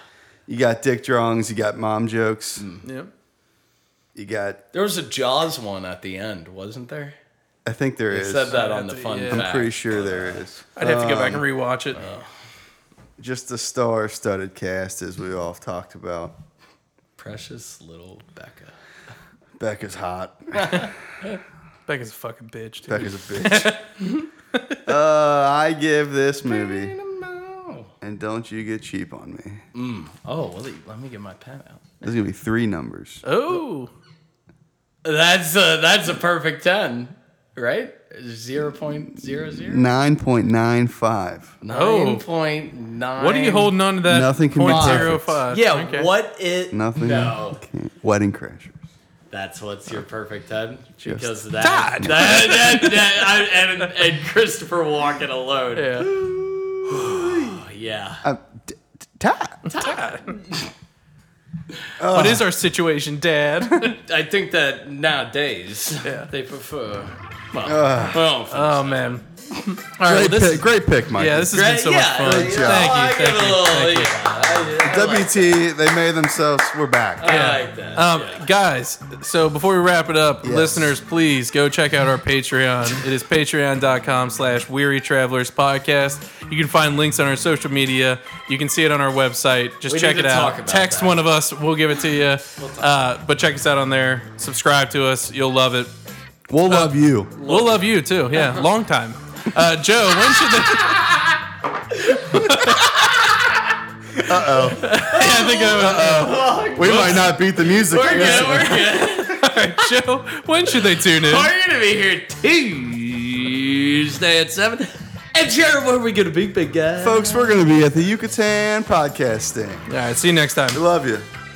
Speaker 2: You got dick drawings, you got mom jokes,
Speaker 3: Mm.
Speaker 1: yeah.
Speaker 2: you got.
Speaker 3: There was a Jaws one at the end, wasn't there?
Speaker 2: I think there
Speaker 3: They
Speaker 2: is.
Speaker 3: said that on the
Speaker 1: Yeah.
Speaker 3: fun
Speaker 1: I'm
Speaker 3: fact.
Speaker 2: I'm pretty sure there is.
Speaker 1: I'd have to go back and rewatch it.
Speaker 2: Uh, Just a star-studded cast, as we all talked about.
Speaker 3: Precious little Becca.
Speaker 2: Becca's hot.
Speaker 1: Becca's a fucking bitch, dude.
Speaker 2: Becca's a bitch. uh, I give this movie,
Speaker 3: Oh,
Speaker 2: and don't you get cheap on me.
Speaker 3: well, let me get my pen out.
Speaker 2: There's gonna be three numbers.
Speaker 1: Oh,
Speaker 3: That's a that's a perfect ten, right? Zero point zero zero.
Speaker 2: Nine point nine five.
Speaker 3: Nine point nine.
Speaker 1: what are you holding on to that?
Speaker 2: Nothing can be
Speaker 1: point
Speaker 2: perfect.
Speaker 1: zero five?
Speaker 3: Yeah.
Speaker 1: Okay.
Speaker 3: What it?
Speaker 2: Nothing.
Speaker 3: No.
Speaker 2: can't- Wedding Crashers.
Speaker 3: That's what's your perfect time
Speaker 2: Just
Speaker 3: because that,
Speaker 2: Todd.
Speaker 3: that, that, that- I- and, and Christopher Walken alone. Yeah.
Speaker 1: Yeah.
Speaker 3: yeah.
Speaker 2: Uh, t- t- Todd.
Speaker 1: What is our situation, Dad?
Speaker 3: I think that nowadays
Speaker 1: Yeah.
Speaker 3: they prefer. Well, well,
Speaker 1: oh man. All right.
Speaker 2: Great,
Speaker 1: Well, this,
Speaker 2: pick, Uh, great pick, Mike.
Speaker 1: yeah, this has been so much
Speaker 3: yeah,
Speaker 1: fun.
Speaker 3: yeah,
Speaker 1: Thank you.
Speaker 2: job.
Speaker 3: I
Speaker 1: Thank you.
Speaker 3: give it a little-
Speaker 1: Thank you.
Speaker 3: yeah, I- I like-
Speaker 2: WT, they made themselves. We're back.
Speaker 3: I like that.
Speaker 1: Um,
Speaker 3: yeah.
Speaker 1: Guys, so before we wrap it up,
Speaker 2: Yes.
Speaker 1: listeners, please go check out our Patreon. It is patreon.com slash weary travelers podcast. You can find links on our social media. You can see it on our website. Just
Speaker 3: We
Speaker 1: check
Speaker 3: need
Speaker 1: it
Speaker 3: to
Speaker 1: out.
Speaker 3: talk about
Speaker 1: Text
Speaker 3: that.
Speaker 1: one of us. We'll give it to you. uh, but check us out on there. Subscribe to us. You'll love it.
Speaker 2: We'll love you.
Speaker 1: We'll love you too. Yeah, long time. Uh, Joe, when should they? uh oh. yeah, I think I
Speaker 2: We might not beat the music.
Speaker 3: we're good. We're good.
Speaker 1: Joe, when should they tune in?
Speaker 3: we're gonna be here Tuesday at seven. And Jared, where are we gonna be, big guy?
Speaker 2: Folks, we're going to be at the Yucatan Podcasting.
Speaker 1: All right, see you next time.
Speaker 2: We love you.